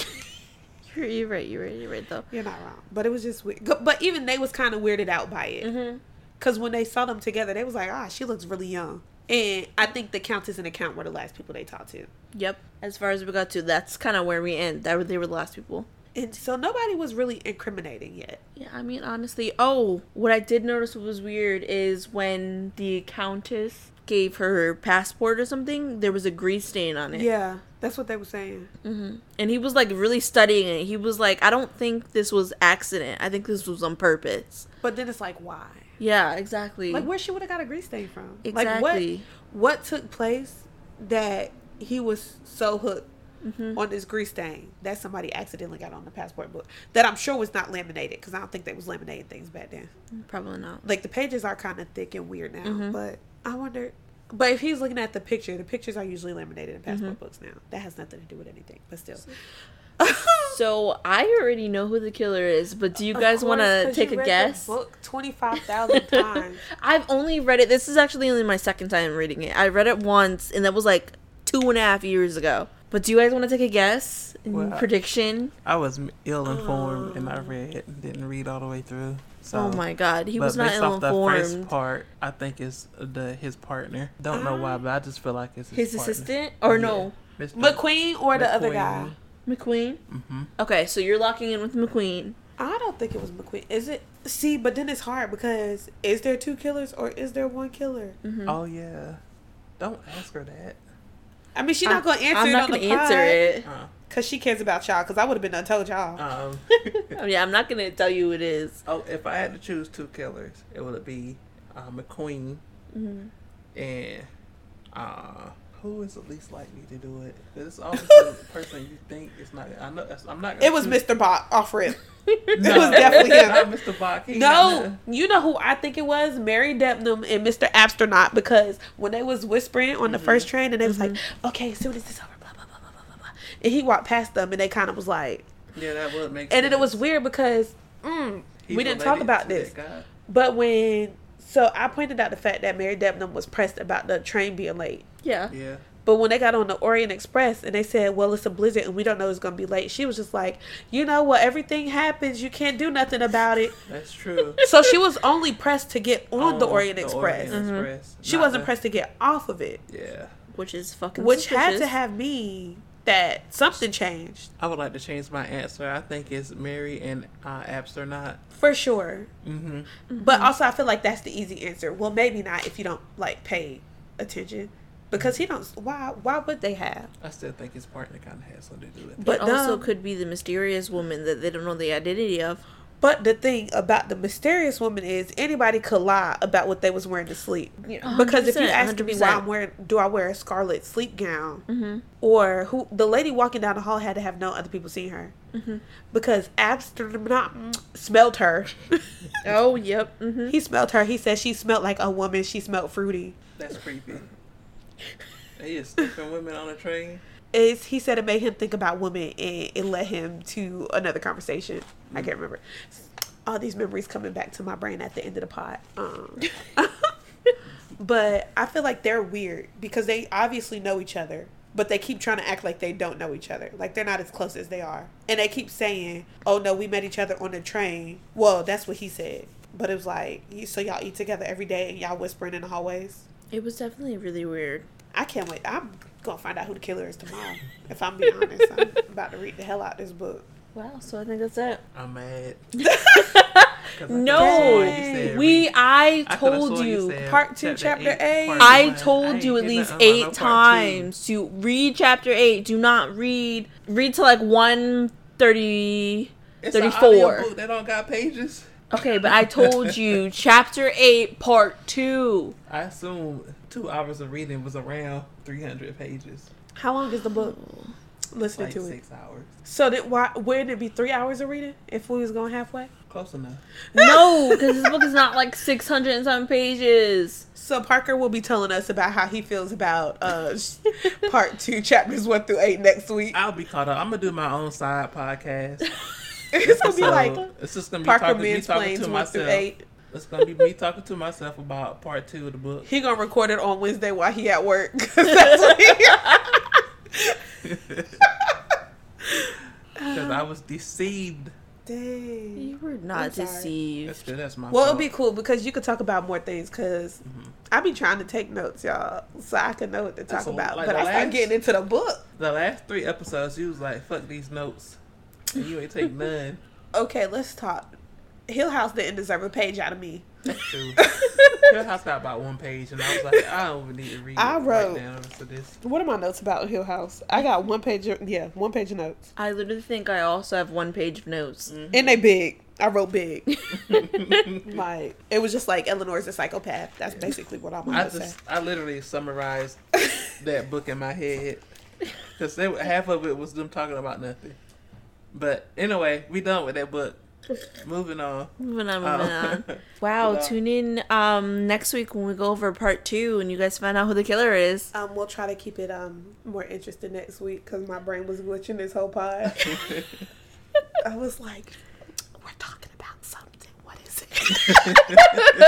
Speaker 2: you're, you're right. You're right. You're right though.
Speaker 1: you're not wrong. But it was just weird. Go- But even they was kind of weirded out by it
Speaker 2: Mhm.
Speaker 1: because when they saw them together, they was like, "Ah, she looks really young." And I think the countess and the count were the last people they talked to.
Speaker 2: Yep. As far as we got to, that's kind of where we end. That were- they were the last people.
Speaker 1: And so nobody was really incriminating yet.
Speaker 2: Yeah, I mean, honestly, oh, what I did notice was weird is when the countess gave her passport or something, there was a grease stain on it.
Speaker 1: Yeah, that's what they were saying.
Speaker 2: hmm And he was like really studying it. He was like, I don't think this was accident. I think this was on purpose.
Speaker 1: But then it's like, why?
Speaker 2: Yeah, exactly.
Speaker 1: Like, where she would have got a grease stain from? Like,
Speaker 2: Exactly.
Speaker 1: what? What took place that he was so hooked
Speaker 2: Mm-hmm.
Speaker 1: on this grease stain that somebody accidentally got on the passport book that I'm sure was not laminated because I don't think they was laminating things back then.
Speaker 2: Probably not.
Speaker 1: Like the pages are kind of thick and weird now,
Speaker 2: Mm-hmm.
Speaker 1: but I wonder. But if he's looking at the picture, the pictures are usually laminated in passport
Speaker 2: Mm-hmm.
Speaker 1: books now. That has nothing to do with anything, but still.
Speaker 2: So I already know who the killer is, but do you guys want to take a guess?
Speaker 1: Book twenty five thousand times.
Speaker 2: I've only read it. This is actually only my second time reading it. I read it once, and that was like two and a half years ago. But do you guys want to take a guess? and
Speaker 3: Well, I-
Speaker 2: prediction?
Speaker 3: I was ill
Speaker 2: Oh.
Speaker 3: informed and I read didn't read all the way through. So
Speaker 2: oh my god, he
Speaker 3: but
Speaker 2: was not
Speaker 3: based off
Speaker 2: ill
Speaker 3: the first
Speaker 2: informed.
Speaker 3: part, I think it's the his partner. Don't know why, but I just feel like it's his,
Speaker 2: His assistant? Or no,
Speaker 3: Mr.
Speaker 1: McQueen or the other
Speaker 3: McQueen.
Speaker 1: guy?
Speaker 2: McQueen?
Speaker 3: Mm-hmm.
Speaker 2: Okay, so you're locking in with McQueen.
Speaker 1: I don't think it was McQueen. Is it? See, but then it's hard because is there two killers or is there one killer?
Speaker 2: Mhm.
Speaker 3: Oh yeah. Don't ask her that.
Speaker 1: I mean, she's
Speaker 2: I'm-
Speaker 1: not gonna answer.
Speaker 2: I'm
Speaker 1: it
Speaker 2: not
Speaker 1: on
Speaker 2: gonna
Speaker 1: the
Speaker 2: answer it.
Speaker 3: Uh,
Speaker 1: because she cares about y'all. Because I would have been done told y'all.
Speaker 3: um,
Speaker 2: Oh, yeah, I'm not gonna tell you who it is.
Speaker 3: oh, if I had to choose two killers, it would be uh, McQueen
Speaker 1: Mm-hmm.
Speaker 2: Mhm.
Speaker 3: and uh, who is the least likely to do it? It's always the person you think is not. I know. that's- I'm not. gonna
Speaker 1: it was
Speaker 3: choose-
Speaker 1: Mr. Bot off rip.
Speaker 3: No,
Speaker 1: it was definitely him.
Speaker 3: Not Mr. Bach. He not
Speaker 1: No, you know who I think it was? Mary Debenham and Mr. Astronaut because when they was whispering
Speaker 2: Mm-hmm.
Speaker 1: on the first train and they was like, okay, as soon as this over, blah, blah, blah, blah, blah, blah, blah. And he walked past them and they kind of was like,
Speaker 3: Yeah, that would make.
Speaker 1: and then it
Speaker 3: sense.
Speaker 1: was weird because mm,
Speaker 3: He
Speaker 1: we didn't talk
Speaker 3: related
Speaker 1: about
Speaker 3: to that
Speaker 1: this.
Speaker 3: guy.
Speaker 1: But when, so I pointed out the fact that Mary Debenham was pressed about the train being late.
Speaker 2: Yeah.
Speaker 3: Yeah.
Speaker 1: But when they got on the Orient Express and they said, "Well, it's a blizzard and we don't know it's gonna be late," she was just like, "You know what? Everything happens. You can't do nothing about it."
Speaker 3: That's true.
Speaker 1: so she was only pressed to get on, the
Speaker 3: On
Speaker 1: Orient
Speaker 3: Oh, the
Speaker 1: Express. Mm-hmm.
Speaker 3: Orient
Speaker 2: Mhm.
Speaker 3: Express,
Speaker 1: She
Speaker 3: not
Speaker 1: wasn't
Speaker 3: the-
Speaker 1: pressed to get off of it,
Speaker 3: Yeah.
Speaker 2: Which is fucking
Speaker 1: which had to
Speaker 2: suspicious.
Speaker 1: have me that something changed
Speaker 3: I would like to change my answer. I think it's Mary and uh, Abs or not.
Speaker 1: for sure.
Speaker 3: Mm-hmm.
Speaker 1: But also, I feel like that's the easy answer. Well, maybe not if you don't like pay attention, because he don't. Why? Why would they have?
Speaker 3: I still think his partner kind of has something to do with it.
Speaker 1: But
Speaker 2: It also
Speaker 1: no.
Speaker 2: could be the mysterious woman that they don't know the identity of.
Speaker 1: But the thing about the mysterious woman is anybody could lie about what they was wearing to sleep. Because if you
Speaker 2: 100%,
Speaker 1: ask me why I'm
Speaker 2: 100%.
Speaker 1: wearing, do I wear a scarlet sleep gown,
Speaker 2: Mm-hmm.
Speaker 1: or who the lady walking down the hall had to have no other people seen her,
Speaker 2: Mm-hmm.
Speaker 1: because Amsterdam smelled her.
Speaker 2: Oh, yep. Mm-hmm.
Speaker 1: he smelled her. He said she smelled like a woman. She smelled fruity.
Speaker 3: That's creepy. He is sniffing women on a train.
Speaker 1: Is he said it made him think about women and it led him to another conversation. I can't remember. All these memories coming back to my brain at the end of the pod. Um, but I feel like they're weird because they obviously know each other, but they keep trying to act like they don't know each other. Like they're not as close as they are. And they keep saying, oh no, we met each other on the train. Well, that's what he said. But it was like, you- so y'all eat together every day and y'all whispering in the hallways.
Speaker 2: It was definitely really weird.
Speaker 1: I can't wait. I'm gonna find out who the killer is tomorrow. if I'm being honest, I'm about to read the hell out this book.
Speaker 2: Wow, so I think that's it.
Speaker 3: I'm mad. 'Cause I could've
Speaker 2: No,
Speaker 3: swore you said
Speaker 2: we.
Speaker 3: read.
Speaker 2: I
Speaker 3: I could've
Speaker 2: told
Speaker 3: swore
Speaker 2: you.
Speaker 3: said
Speaker 1: Part two, chapter eight.
Speaker 3: part
Speaker 2: I
Speaker 3: one.
Speaker 2: told
Speaker 3: ain't
Speaker 2: you at
Speaker 3: getting
Speaker 2: least
Speaker 3: nothing
Speaker 2: eight
Speaker 3: about no part two.
Speaker 2: times to read chapter eight. Do not read. Read to like one thirty.
Speaker 3: It's an
Speaker 2: 34.
Speaker 3: audiobook that don't got pages.
Speaker 2: Okay, but I told you chapter eight, part two.
Speaker 3: I assume two hours of reading was around 300 pages,
Speaker 1: How long is the book? Listening
Speaker 3: like
Speaker 1: to it.
Speaker 3: six hours.
Speaker 1: So did why? Wouldn't it be three hours of reading if we was going halfway?
Speaker 3: Close enough.
Speaker 2: No, because this book is not like six hundred and some pages.
Speaker 1: So Parker will be telling us about how he feels about uh, part two, chapters one through eight next week.
Speaker 3: I'll be caught up. I'm gonna do my own side podcast.
Speaker 1: It's gonna be
Speaker 3: So,
Speaker 1: like
Speaker 3: it's just gonna be
Speaker 1: Parker
Speaker 3: talking, me talking
Speaker 1: mansplains
Speaker 3: to
Speaker 1: one through
Speaker 3: myself.
Speaker 1: eight.
Speaker 3: It's gonna be me talking to myself about part two of the book.
Speaker 1: He gonna record it on Wednesday while he at work. 'cause that's what he-
Speaker 3: Because I was deceived.
Speaker 1: Dang.
Speaker 2: You were not
Speaker 1: I'm sorry.
Speaker 2: deceived.
Speaker 3: That's good. That's my.
Speaker 1: Well, it'll
Speaker 3: fault.
Speaker 1: be cool because you could talk about more things. Because I be trying to take notes, y'all, so I can know what to talk
Speaker 3: That's a-
Speaker 1: about.
Speaker 3: like
Speaker 1: but
Speaker 3: the
Speaker 1: I
Speaker 3: last-
Speaker 1: start getting into the book.
Speaker 3: the last three episodes. You was like, "Fuck these notes," and you ain't take none.
Speaker 1: Okay, let's talk. Hill House didn't deserve a page out of me.
Speaker 3: That's true. Your house got about one page, and I was like, "I don't even need to read."
Speaker 1: I
Speaker 3: it right
Speaker 1: wrote-
Speaker 3: now to this.
Speaker 1: What are my notes about Hill House? I got one page. Of, yeah, one page of notes,
Speaker 2: I literally think I also have one page of notes.
Speaker 3: Mm-hmm.
Speaker 1: and they big. I wrote big. like it was just like Eleanor's a psychopath. That's basically what I'm
Speaker 3: I
Speaker 1: gonna say.
Speaker 3: just, I literally summarized that book in my head because they half of it was them talking about nothing. But anyway, we done with that book. Moving on.
Speaker 2: Moving on,
Speaker 3: Um,
Speaker 2: moving on. Wow,
Speaker 3: Moving on.
Speaker 2: tune in um next week when we go over part two and you guys find out who the killer is.
Speaker 1: Um, we'll try to keep it um more interesting next week because my brain was glitching this whole pod. I was like, we're talking about something. What is it?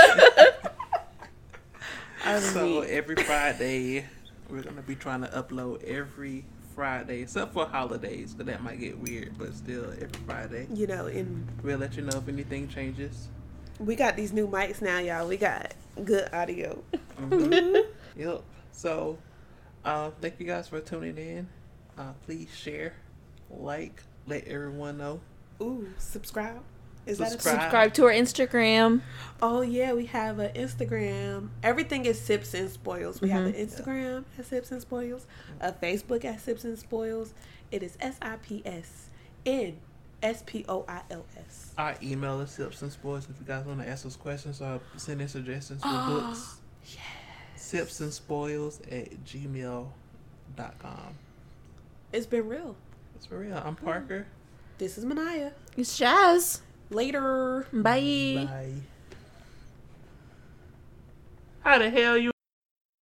Speaker 3: so every Friday, we're gonna be trying to upload every Friday, except for holidays, because that might get weird. But still, every Friday,
Speaker 1: you know, and
Speaker 3: we'll let you know if anything changes.
Speaker 1: we got these new mics now, y'all. We got good audio.
Speaker 3: Yep. So, uh, thank you guys for tuning in. Uh, please share, like, let everyone know.
Speaker 1: Ooh, subscribe. Is that a
Speaker 3: Subscribe.
Speaker 2: Subscribe to our Instagram.
Speaker 1: Oh yeah, we have an Instagram. Everything is Sips and Spoils. We have an Instagram at Sips and Spoils, a Facebook at Sips and Spoils. It is S I P S N S P O I L S.
Speaker 3: Our email is Sips and Sports if you guys want to ask us questions or send in suggestions for books. Sips and Spoils at gmail.com.
Speaker 1: It's been real.
Speaker 3: It's for real. I'm Parker.
Speaker 1: This is Manaya.
Speaker 2: It's Jazz.
Speaker 1: Later.
Speaker 2: Bye.
Speaker 3: Bye. How the hell you?